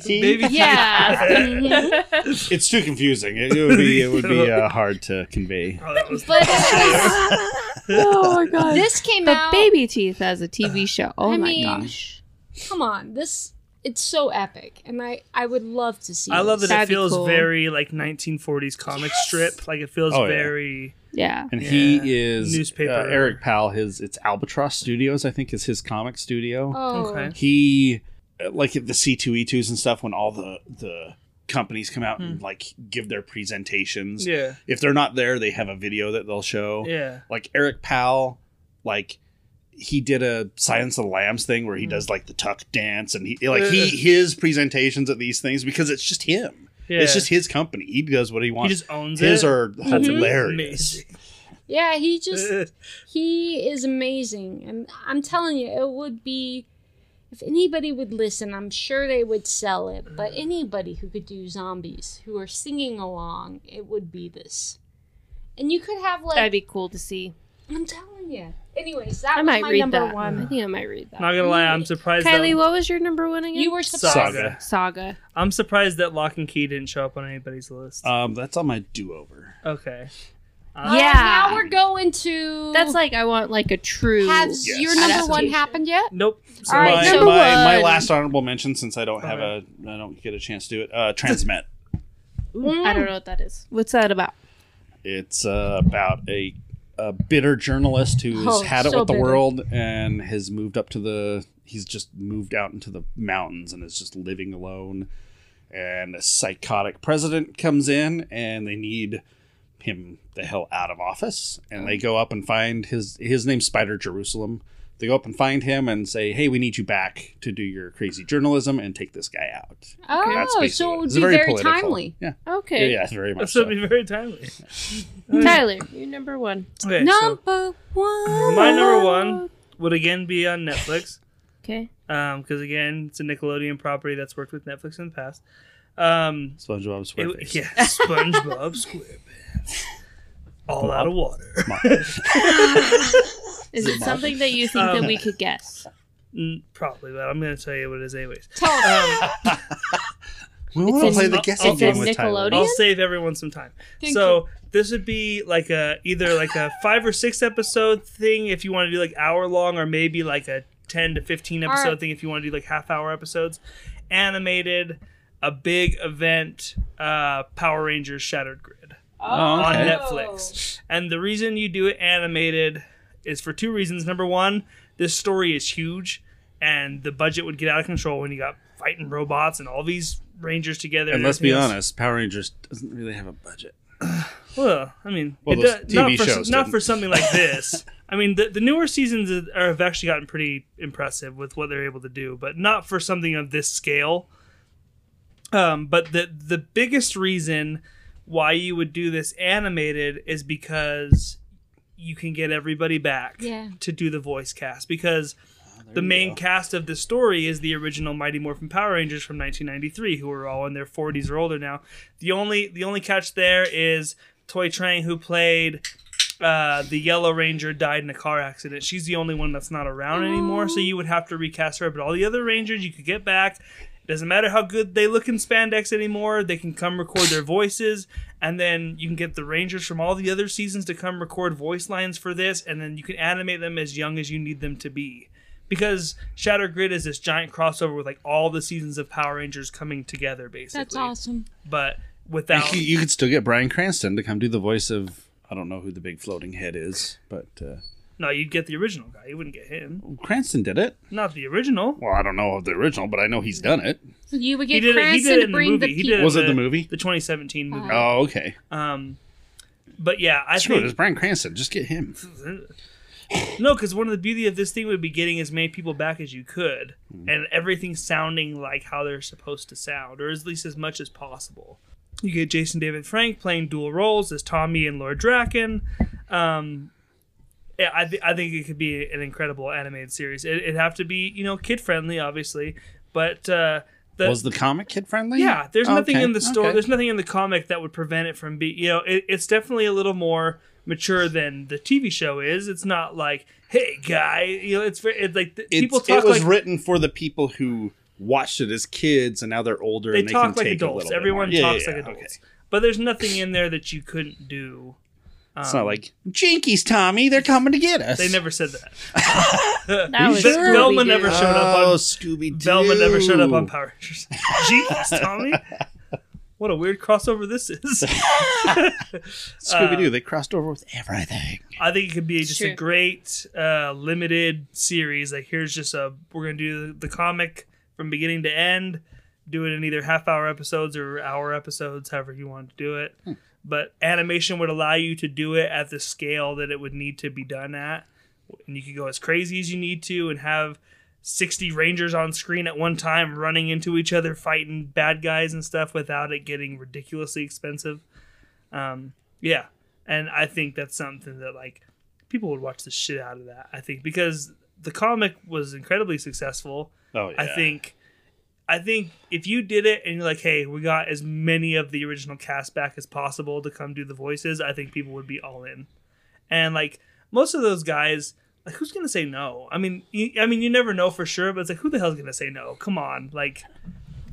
teeth.
Yeah.
Mhm.
It's too confusing. It, it would be. It would be uh, hard to convey.
oh, that was
but it
oh my god.
was, this came
but
out.
Baby Teeth as a TV show. Oh
I
my
mean,
gosh.
come on this it's so epic and i i would love to see
I love that
this.
it
That'd be
feels
cool.
very like 1940s comic strip. Like it feels
Oh, yeah.
very.
Yeah.
And he
Yeah.
is
Newspaper.
uh, Eric Powell. His it's Albatross Studios. I think is his comic studio.
oh
Okay.
he uh, like the c2e2s and stuff when all the the companies come out
Hmm.
and like give their presentations
Yeah,
if they're not there they have a video that they'll show
yeah.
like eric powell like he did a science of the lambs thing where he
Hmm.
does like the tuck dance and he like he his presentations at these things because it's just him
Yeah.
it's just his company he does what he
he
wants
just owns
his
it.
are
That's
hilarious
amazing.
yeah he just
Uh.
he is amazing and i'm telling you it would be if anybody would listen i'm sure they would sell it
Uh.
but anybody who could do zombies who are singing along it would be this and you could have like
That'd be cool to see.
i'm telling you anyways that
I
was
might
my
read
number
that. I
one
think I might read that.
Not gonna lie, I'm surprised.
Kylie,
that,
what was your number one again?
you were
Saga.
surprised
saga
Saga.
I'm surprised that Lock and Key didn't show up on anybody's list.
um that's on my do-over
okay.
Oh,
Yeah.
now we're going to
That's like I want like a true.
has
Yes.
your number one
Adaptation.
happened yet
Nope. So
All right,
my,
number
my, my
one.
last honorable mention since I don't have a I don't get a chance to do it. Uh, Transmet.
I
mm.
don't know what that is. What's that about?
It's uh, about a, a bitter journalist who's
Oh,
had it
so
with the
bitter.
world and has moved up to the. He's just moved out into the mountains and is just living alone. And a psychotic president comes in and they need him the hell out of office. And they go up and find his his name's Spider Jerusalem. They go up and find him and say, "Hey, we need you back to do your crazy journalism and take this guy out." That's
Oh,
basically
so it would
It's
be very,
political.
timely.
Yeah. yeah,
Okay.
yeah, very much.
This would
so.
be very timely.
Tyler, your number one.
Okay, so
Number one.
my number one would again be on Netflix.
Okay.
Um, because again, it's a Nickelodeon property that's worked with Netflix in the past. Um,
SpongeBob
it-
SquarePants.
yeah, SpongeBob SquarePants, all out of water.
Is it something that you think
Um,
that we could guess?
Mm, Probably, but I'm gonna tell you what it is anyways.
Tell us.
We want to
It's
play
in-
the guessing
it's in
game with Tyler.
Nickelodeon?
I'll save everyone some time.
Thank
so this would be like a either like a five or six episode thing if you want to do like hour long, or maybe like a ten to fifteen
right.
episode thing if you want to do like half hour episodes. Animated, a big event, uh, Power Rangers Shattered Grid
Oh,
on
okay.
Netflix. And the reason you do it animated is for two reasons. Number one, this story is huge, and the budget would get out of control when you got fighting robots and all these rangers together.
And let's be
everything else.
honest, Power Rangers doesn't really have a budget.
Well, I mean,
Well,
it
those
do- not,
TV
for,
shows
not
didn't.
for something like this. I mean, the, the newer seasons are- have actually gotten pretty impressive with what they're able to do, but not for something of this scale. Um, but the the biggest reason why you would do this animated is because you can get everybody back
Yeah.
to do the voice cast because the main cast of the story is the original Mighty Morphin Power Rangers from 1993, who are all in their 40s or older now. The only the only catch there is Toy Train, who played uh, the Yellow Ranger, died in a car accident. She's the only one that's not around anymore, so you would have to recast her. But all the other Rangers you could get back. Doesn't matter how good they look in spandex anymore. They can come record their voices, and then you can get the rangers from all the other seasons to come record voice lines for this, and then you can animate them as young as you need them to be. Because Shatter Grid is this giant crossover with like all the seasons of Power Rangers coming together, basically.
That's awesome.
But
You
without
could, you could still get Brian Cranston to come do the voice of I don't know who the big floating head is, but uh,
no, you'd get the original guy. You wouldn't get him.
Cranston did it.
Not the original.
Well, I don't know of the original, but I know he's done it.
So you would
He
get
did it. He
Cranston
did it
to
in the
bring
movie.
the
he
people. Uh-huh.
did
Was it the movie?
The 2017 movie.
Oh, okay.
Um, but yeah, I
Screw it. It's
think
Brian Cranston. Just get him.
no, because one of the beauty of this thing would be getting as many people back as you could,
Hmm.
and everything sounding like how they're supposed to sound, or at least as much as possible. You get Jason David Frank playing dual roles as Tommy and Lord Draken. Um, yeah, I, th- I think it could be an incredible animated series. It, it'd have to be, you know, kid friendly, obviously, but uh, the,
Was the comic kid friendly?
yeah, there's nothing
Okay,
in the story.
okay.
There's nothing in the comic that would prevent it from being. You know, it, it's definitely a little more mature than the TV show is. It's not like, hey, guy, you know, it's very, it's like the,
It's-
people talk
it was
like
written for the people who watched it as kids and now they're older
they
and they
talk
can
like
take a
adults.
little bit
Everyone
more. Yeah,
talks
yeah,
like
yeah,
adults,
okay.
but there's nothing in there that you couldn't do.
It's not like Jinkies, Tommy. They're coming to get us.
Um, They never said that.
That was
Sure. Velma
Scooby-Doo.
never showed up on-
Oh, Scooby Doo.
Velma never showed up on Power Rangers. Jeez, Tommy. What a weird crossover this is.
Scooby
uh,
Doo. They crossed over with everything.
I think it could be just a
Sure.
great uh, limited series. Like here's just a we're gonna do the comic from beginning to end, do it in either half hour episodes or hour episodes, however you want to do it. But animation would allow you to do it at the scale that it would need to be done at, and you could go as crazy as you need to and have. 60 rangers on screen at one time running into each other fighting bad guys and stuff without it getting ridiculously expensive um, yeah, and I think that's something that like people would watch the shit out of that. I think because the comic was incredibly successful.
Oh,
I think, I think if you did it and you're like, hey, we got as many of the original cast back as possible to come do the voices, I think people would be all in. And like most of those guys. Like who's gonna say no? I mean, you, I mean, you never know for sure, but it's like who the hell's gonna say no? Come on, like,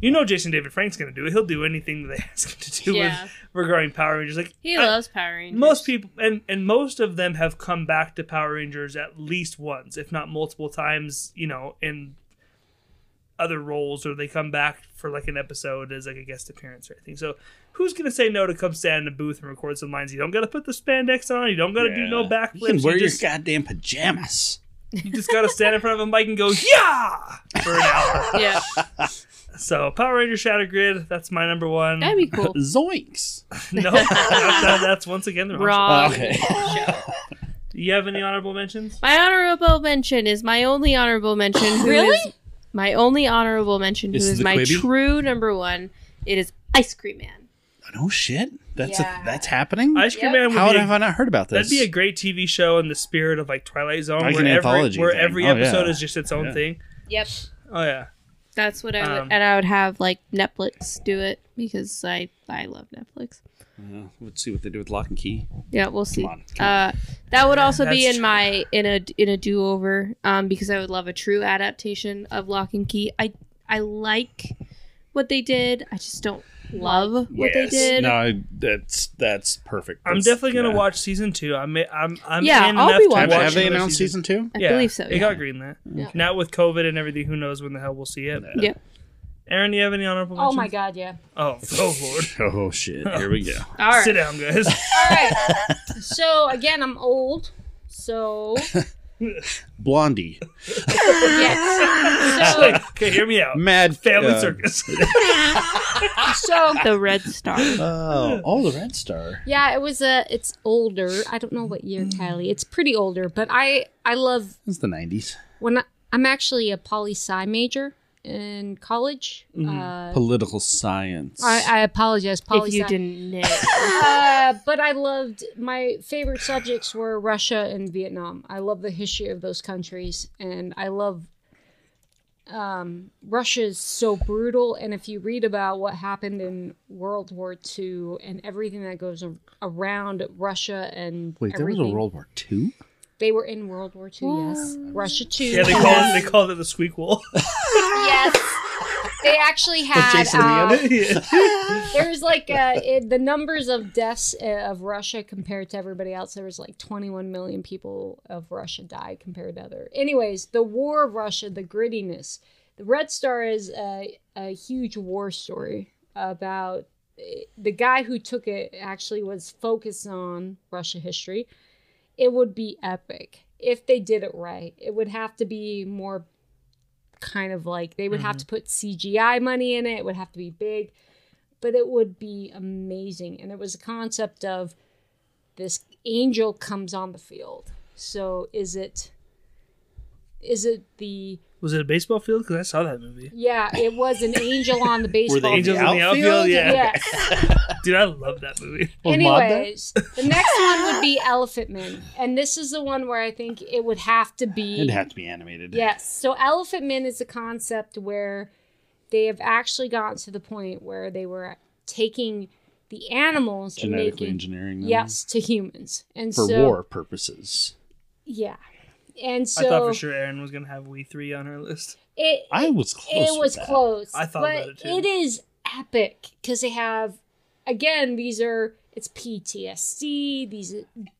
you know, Jason David Frank's gonna do it. He'll do anything that they ask him to do
Yeah.
with regarding Power Rangers. Like
He
I-
loves Power Rangers.
most people and and most of them have come back to Power Rangers at least once, if not multiple times, you know, in other roles or they come back for like an episode as like a guest appearance or anything. So who's gonna say no to come stand in a booth and record some lines? You don't gotta put the spandex on, you don't gotta do no backflips.
You can wear
you
your
just-
goddamn pajamas.
you just gotta stand in front of a mic and go, Yeah for an hour.
Yeah,
So Power Ranger Shadow Grid, that's my number one.
that'd be cool.
Zoinks.
no that- that's once again the wrong choice.
Wrong.
Oh, okay.
Do you have any honorable mentions?
My honorable mention is my only honorable mention. who
Really?
is- my only honorable mention, who
This is
is
the
my
Quibi?
true number one. It is Ice Cream Man.
No Oh, shit. That's
Yeah.
a, that's happening.
Ice Cream
Yep.
Man would
How
be a
have I not heard about this?
That'd be a great TV show in the spirit of like Twilight Zone,
Like
where
an
every,
anthology
where
thing.
every
Oh,
episode
yeah.
is just its own
Yeah.
thing.
Yep,
Oh yeah,
that's what I would,
Um,
and I would have like Netflix do it because I I love Netflix.
Uh, let's see what they do with Lock and Key.
Yeah, we'll see.
on,
Uh, that would also be
That's
in my in a in a do over um, because I would love a true adaptation of Lock and Key. I I like what they did. I just don't love what they
Yes.
did.
No, I- that's that's perfect.
I'm
That's-
definitely gonna
yeah.
watch season two. I'm I'm I'm
Yeah,
in
I'll
enough
be
to
watching
Have,
watch
have they
another
announced season two?
I
Yeah,
believe so.
It
yeah.
got greenlit.
Yeah.
Now with COVID and everything, who knows when the hell we'll see it?
Yeah.
Aaron, do you have any honorable
Oh
mentions?
my god, yeah.
Oh, oh lord.
Oh shit! Here we go.
All right.
Sit down, guys.
All right. so again, I'm old. So
Blondie,
yes. So
okay, hear me out.
Mad
Family
uh,
Circus.
so
The Red Star.
Oh, oh, the Red Star.
yeah, it was a. It's older. I don't know what year, Kylie. It's pretty older, but I I love
It's the '90s.
when I, I'm actually a poli sci major in college.
Mm-hmm.
Uh,
Political science.
I, I apologize, poli
if you didn't know.
uh, but I loved my favorite subjects were Russia and Vietnam. I love the history of those countries, and I love um, Russia is so brutal. And if you read about what happened in World War II and everything that goes a- around Russia and
Wait, there was
everything,
a World War II.
they were in World War II. Yes, Russia too.
yeah, they called it, they called it the squeak wall.
yes. they actually had
Jason
uh,
Leon.
there was like uh, it, the numbers of deaths uh, of Russia compared to everybody else. There was like 21 million people of Russia died compared to other. Anyways, the war of Russia, the grittiness. The Red Star is a, a huge war story about uh, the guy who took it actually was focused on Russia history. It would be epic if they did it right. It would have to be more kind of like they would have to put CGI money in it. It would have to be big but it would be amazing. And it was a concept of this angel comes on the field. So is it is it the
Was it a baseball field? Because I saw that movie.
yeah, it was an angel on the baseball field.
Angels in the
outfield?
outfield. Yeah.
Yes.
dude, I love that movie.
Was Maude there?
Anyways, the next one would be Elephant Man. And this is the one where I think it would have to be
It'd have to be animated.
Yes. So Elephant Men is a concept where they have actually gotten to the point where they were taking the animals and
Genetically
making
engineering them
yes to humans and
Um, for
so
war purposes.
yeah and
I thought
so
for sure Aaron was gonna have We Three on her list.
it
I was close.
it
with
was
that.
close
I thought
but
about it, too.
it is epic because they have again these are it's ptsd these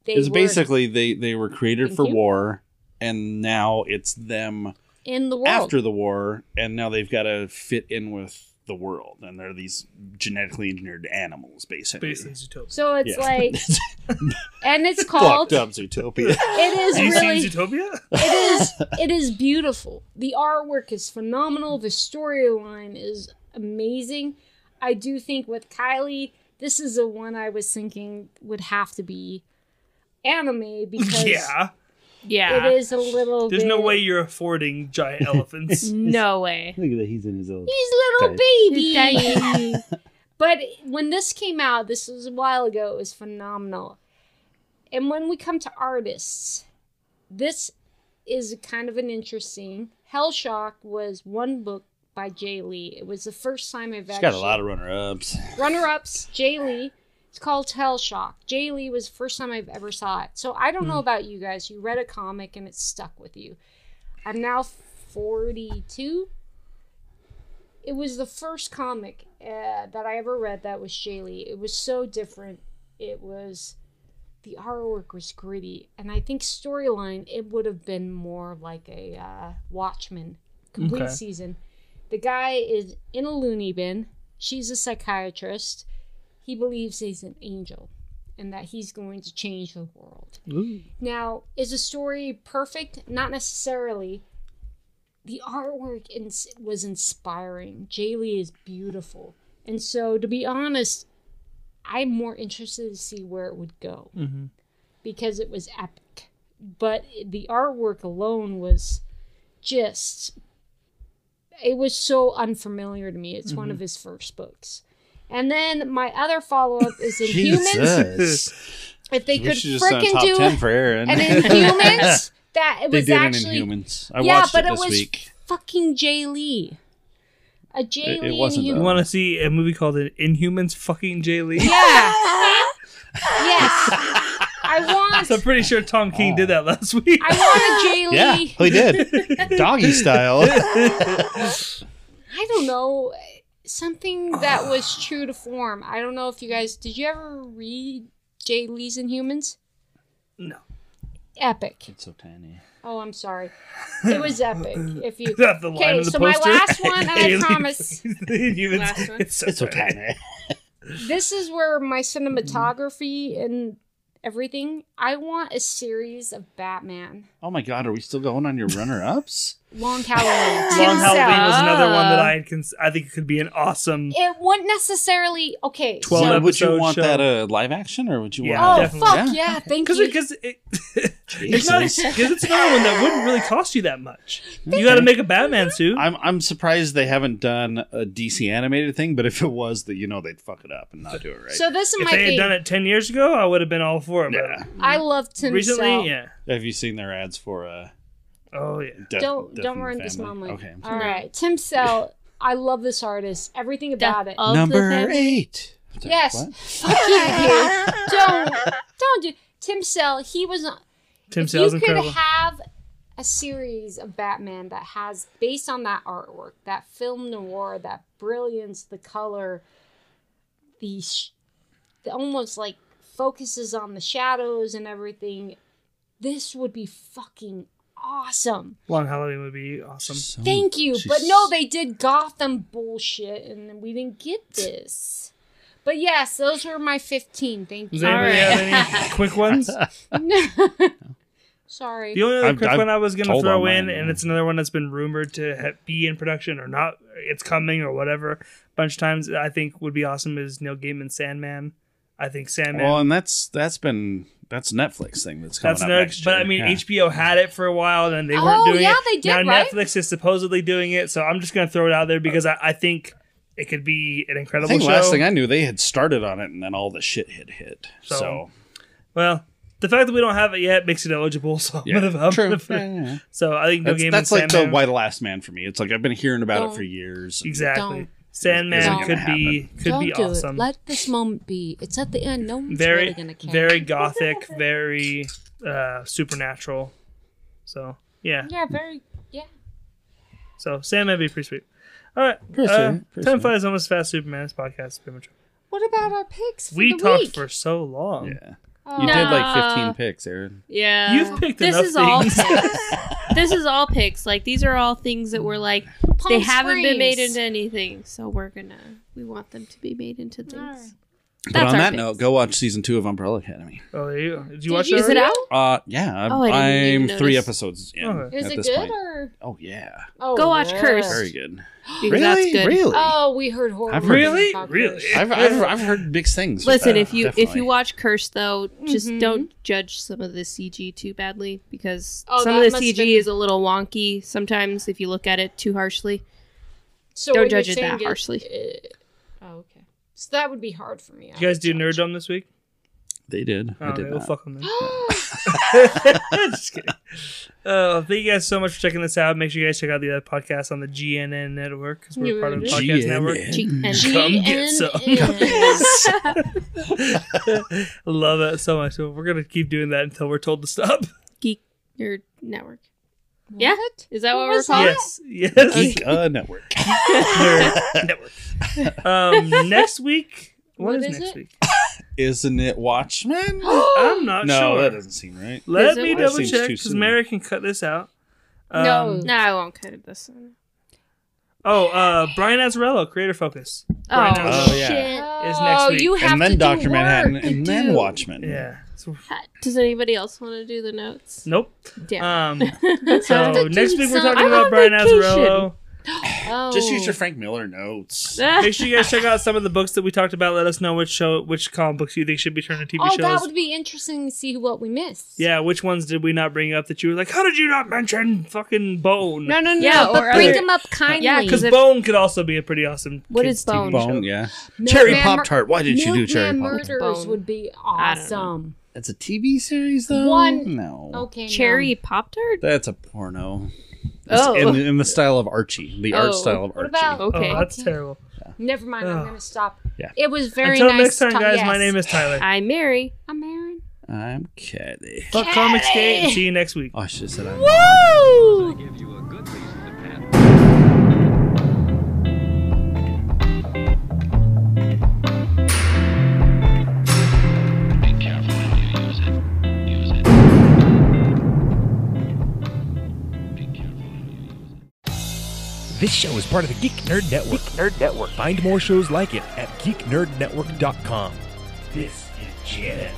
they
It's
were
basically they they were created
Thank
for
you.
war, and now it's them
in the world
after the war, and now they've got to fit in with the world, and they're these genetically engineered animals, basically.
Basically, Zootopia.
so it's
Yeah.
like and it's called
Fucked up Zootopia.
it is
Have you
really
seen Zootopia?
it is it is beautiful. The artwork is phenomenal. The storyline is amazing. I do think with Kylie, this is the one I was thinking would have to be anime because
yeah.
Yeah.
it is a little.
There's no
bit-
way you're affording giant elephants.
No way.
Look at that, he's in his own.
He's little baby. but when this came out, this was a while ago. It was phenomenal. And when we come to artists, this is kind of an interesting. Hell Shock was one book by Jay Lee. It was the first time I've
She's
actually
got a lot of runner ups.
runner ups. Jay Lee. It's called Hell Shock. Jay Lee was the first time I've ever saw it. So I don't
Hmm.
know about you guys. You read a comic and it stuck with you. I'm now 42. It was the first comic uh, that I ever read that was Jay Lee. It was so different. It was the artwork was gritty, and I think storyline it would have been more like a uh, Watchmen complete
Okay.
season. The guy is in a loony bin. She's a psychiatrist. He believes he's an angel and that he's going to change the world. Now, is the story perfect? Not necessarily. The artwork ins- was inspiring. Jay Lee is beautiful. And so, to be honest, I'm more interested to see where it would go because it was epic. But the artwork alone was just, it was so unfamiliar to me. It's one of his first books. And then my other follow up is in humans.
Jesus.
If they
we
could
should just done a
freaking
top
do
ten for Aaron.
and in humans, that it
they
was
did
actually
an Inhumans. I
yeah,
watched
but
it
it,
this
was
week.
fucking Jay Lee, a Jay
It- it
Lee
wasn't
in
that.
you
humans.
want to see a movie called Inhumans? Fucking Jay Lee.
Yeah, yes, I want,
So I'm pretty sure Tom King did that last week.
I want a Jay Lee.
Yeah, he did. Doggy style.
I don't know something that was true to form. I don't know if you guys did. You ever read Jay Lee's Inhumans?
No.
Epic.
it's so tiny.
Oh, I'm sorry. It was epic. If you
That's the line
okay,
on the
so
poster.
my last one,
Jay
I
Lee
promise.
fucking Inhumans.
Last one.
It's so,
It's so
tiny.
tiny.
this is where my
Mm-hmm.
cinematography and everything. I want a series of Batman.
Oh my god, are we still going on your runner ups?
Long Halloween.
Long
two
Halloween was
sets.
another one that
Ah.
I had cons- I think it could be an awesome.
It wouldn't necessarily okay.
Twelve
so-
episodes.
would you
episode
want
show.
that uh, live action or would you
Yeah,
oh
want
definitely.
fuck yeah! thank
Because
you.
because it, it's not
Jesus.
because it's another one that wouldn't really cost you that much. You got to make a Batman suit.
I'm I'm surprised they haven't done a DC animated thing, but if it was, that you know they'd fuck it up and not do it right.
so this is
if
my
they had
thing.
done it ten years ago, I would have been all for it.
yeah.
I love Tim
But recently,
Cell.
yeah.
Have you seen their ads for uh?
Oh yeah.
Death,
Don't
Death
don't
in the
ruin this
Family?
moment.
Okay. I'm sorry.
All right, Tim Cell. I love this artist. Everything about
Death
it.
of the
Number
family.
eight. I'm sorry,
yes.
Oh, what?
Fuck you, dude. Don't don't do Tim Cell. He was.
Tim
if
Sale's
you could
incredible.
have a series of Batman that has, based on that artwork, that film noir, that brilliance, the color, the, sh- the almost like focuses on the shadows and everything. This would be fucking awesome.
Long Halloween would be awesome.
So-
Thank you.
she's-
But no, they did Gotham bullshit and we didn't get this. But yes, those were my 15. Thank
Does
you.
anybody
All
have any quick ones?
Sorry.
The only other
I've-
quick
I've
one I was going to
told
throw
on
in,
mine,
and
yeah.
it's another one that's been rumored to ha- be in production or not, it's coming or whatever, a bunch of times, I think would be awesome is Neil Gaiman's Sandman. I think Sandman.
Well, and that's that's been that's Netflix thing that's coming
that's
up
another,
next
but I
year.
mean,
Yeah.
HBO had it for a while, and they weren't
Oh,
doing
yeah,
it.
they
now
did, right?
Netflix is supposedly doing it, so I'm just going to throw it out there because I, I think it could be an
I
incredible
think
show.
last thing I knew, they had started on it, and then all the shit had hit. So,
So- well, the fact that we don't have it yet makes it eligible. So I'm
yeah,
gonna vote
true.
for-
Yeah, yeah, yeah.
So I think um, no
That's,
game.
that's
in
like the
Sandman-
why the last man for me. It's like I've been hearing about
Oh.
it for
Don't.
years. and
exactly.
Don't.
Sandman
Don't.
could be could
Don't
be
do
awesome.
it. Let this moment be. It's at the end. No one's
very
really gonna care.
very gothic, very uh, supernatural. So yeah,
Yeah, very. Yeah.
so Sandman would be pretty sweet. All right,
Pretty
uh,
sweet, pretty
time
sweet.
flies almost fast. Superman's podcast is pretty much.
What about our picks? For
We
the
talked
week?
for so long.
Yeah,
Oh,
you did like
Nah.
15 picks, Aaron.
Yeah.
You've picked
this
enough
is all
things.
picks. this is all picks. Like these are all things that were like
Palm
they haven't been made
Springs.
into anything. So we're gonna we want them to be made into things.
Alright.
But
That's
on
our
that
picks.
note, go watch season two of Umbrella Academy.
Oh, there you go. Did you
Did
watch
you-
that
Is it
already?
out?
Uh, yeah,
Oh, I didn't
I'm
even
three
notice.
episodes in.
Okay.
Is
at
it
this
good
point.
or?
Oh yeah,
Oh,
Go watch
yeah.
Curse.
very good.
Because that's good. Uh,
Oh, we heard horror.
I've
things
heard-
Really?
about
Really?
Curse.
I've, I've I've heard big things. with
Listen,
that,
if you if
definitely.
you watch Curse though, just
Mhm.
don't judge some of the CG too badly because
Oh,
some of
that
the
must've
CG
been-
is a little wonky sometimes if you look at it too harshly.
So
Don't
what you're
judge it that
saying is-
harshly.
oh, okay. So that would be hard for me. I
Did you guys
would
do
judge.
Nerddom this week?
they did, I
Oh,
did
okay, well,
not.
fuck them then. Just kidding. Uh, thank you guys so much for checking this out. Make sure you guys check out the other podcast on the GNN network because we're part of the podcast network.
GNN.
Cheek and
Come get some.
GNS.
Love it so much. We're gonna keep doing that until we're told to stop.
Geek Nerd Network. Yeah, is that what,
What
we're
was
calling?
that?
it?
Yes, yes.
Geek uh, Network.
Nerd network. Um, next week. what
What
is,
is
next
it?
week?
Isn't it Watchmen?
I'm not
no,
sure.
that doesn't seem right.
Let
Is it
me
what?
double
Seems
check
too
because
soon.
Mary can cut this out.
No.
Um,
No, I won't cut it this one.
Oh, uh, Brian Azzarello, Creator Focus.
Oh,
Brian
Oh,
Azzarello.
yeah.
shit.
Is next
Oh,
week.
you have
and then
to
Doctor
do
Manhattan,
work.
and
You
then
do.
Watchmen.
Yeah. So-
Does anybody else want to do the notes?
nope.
Damn.
Um, so
do
next week we're
some-
talking
I'm
about
on
Brian
vacation.
Azzarello.
Oh.
Just use your Frank Miller notes.
Make sure you guys check out some of the books that we talked about. Let us know which show, which comic books you think should be turned to TV
Oh,
shows.
that would be interesting to see what we missed.
yeah, which ones did we not bring up that you were like, how did you not mention fucking Bone?
No, no, no.
Yeah,
but
or
bring
other-
them up kindly.
Yeah,
because
'cause if-
Bone could also be a pretty awesome.
What
kids
is
TV
Bone?
show.
Bone, yeah.
Milkman
Cherry
Mur-
Pop Tart. Why didn't you do Cherry
Milkman
Pop Tart?
Murders
Bone.
would be
I don't know.
awesome.
That's a TV series, though.
One-
No.
Okay.
Cherry
no.
Pop Tart?
That's a porno.
Oh.
It's In, in the style of Archie, the art
Oh.
style of
What
Archie.
about-
Okay.
Oh, that's
Okay.
terrible.
Never mind. I'm
Ugh.
gonna stop.
Yeah.
It was very
Until
nice.
next time,
to-
guys.
yes. Uh,
My name is Tyler.
I'm Mary.
I'm Aaron.
I'm Kelly.
Fuck Comics Day. and See you next week.
Oh, I should have said I'm.
I give you a good reason to panic.
This show is part of the Geek Nerd Network. Nerd Network. Find more shows like it at geeknerdnetwork.com. This is Jen.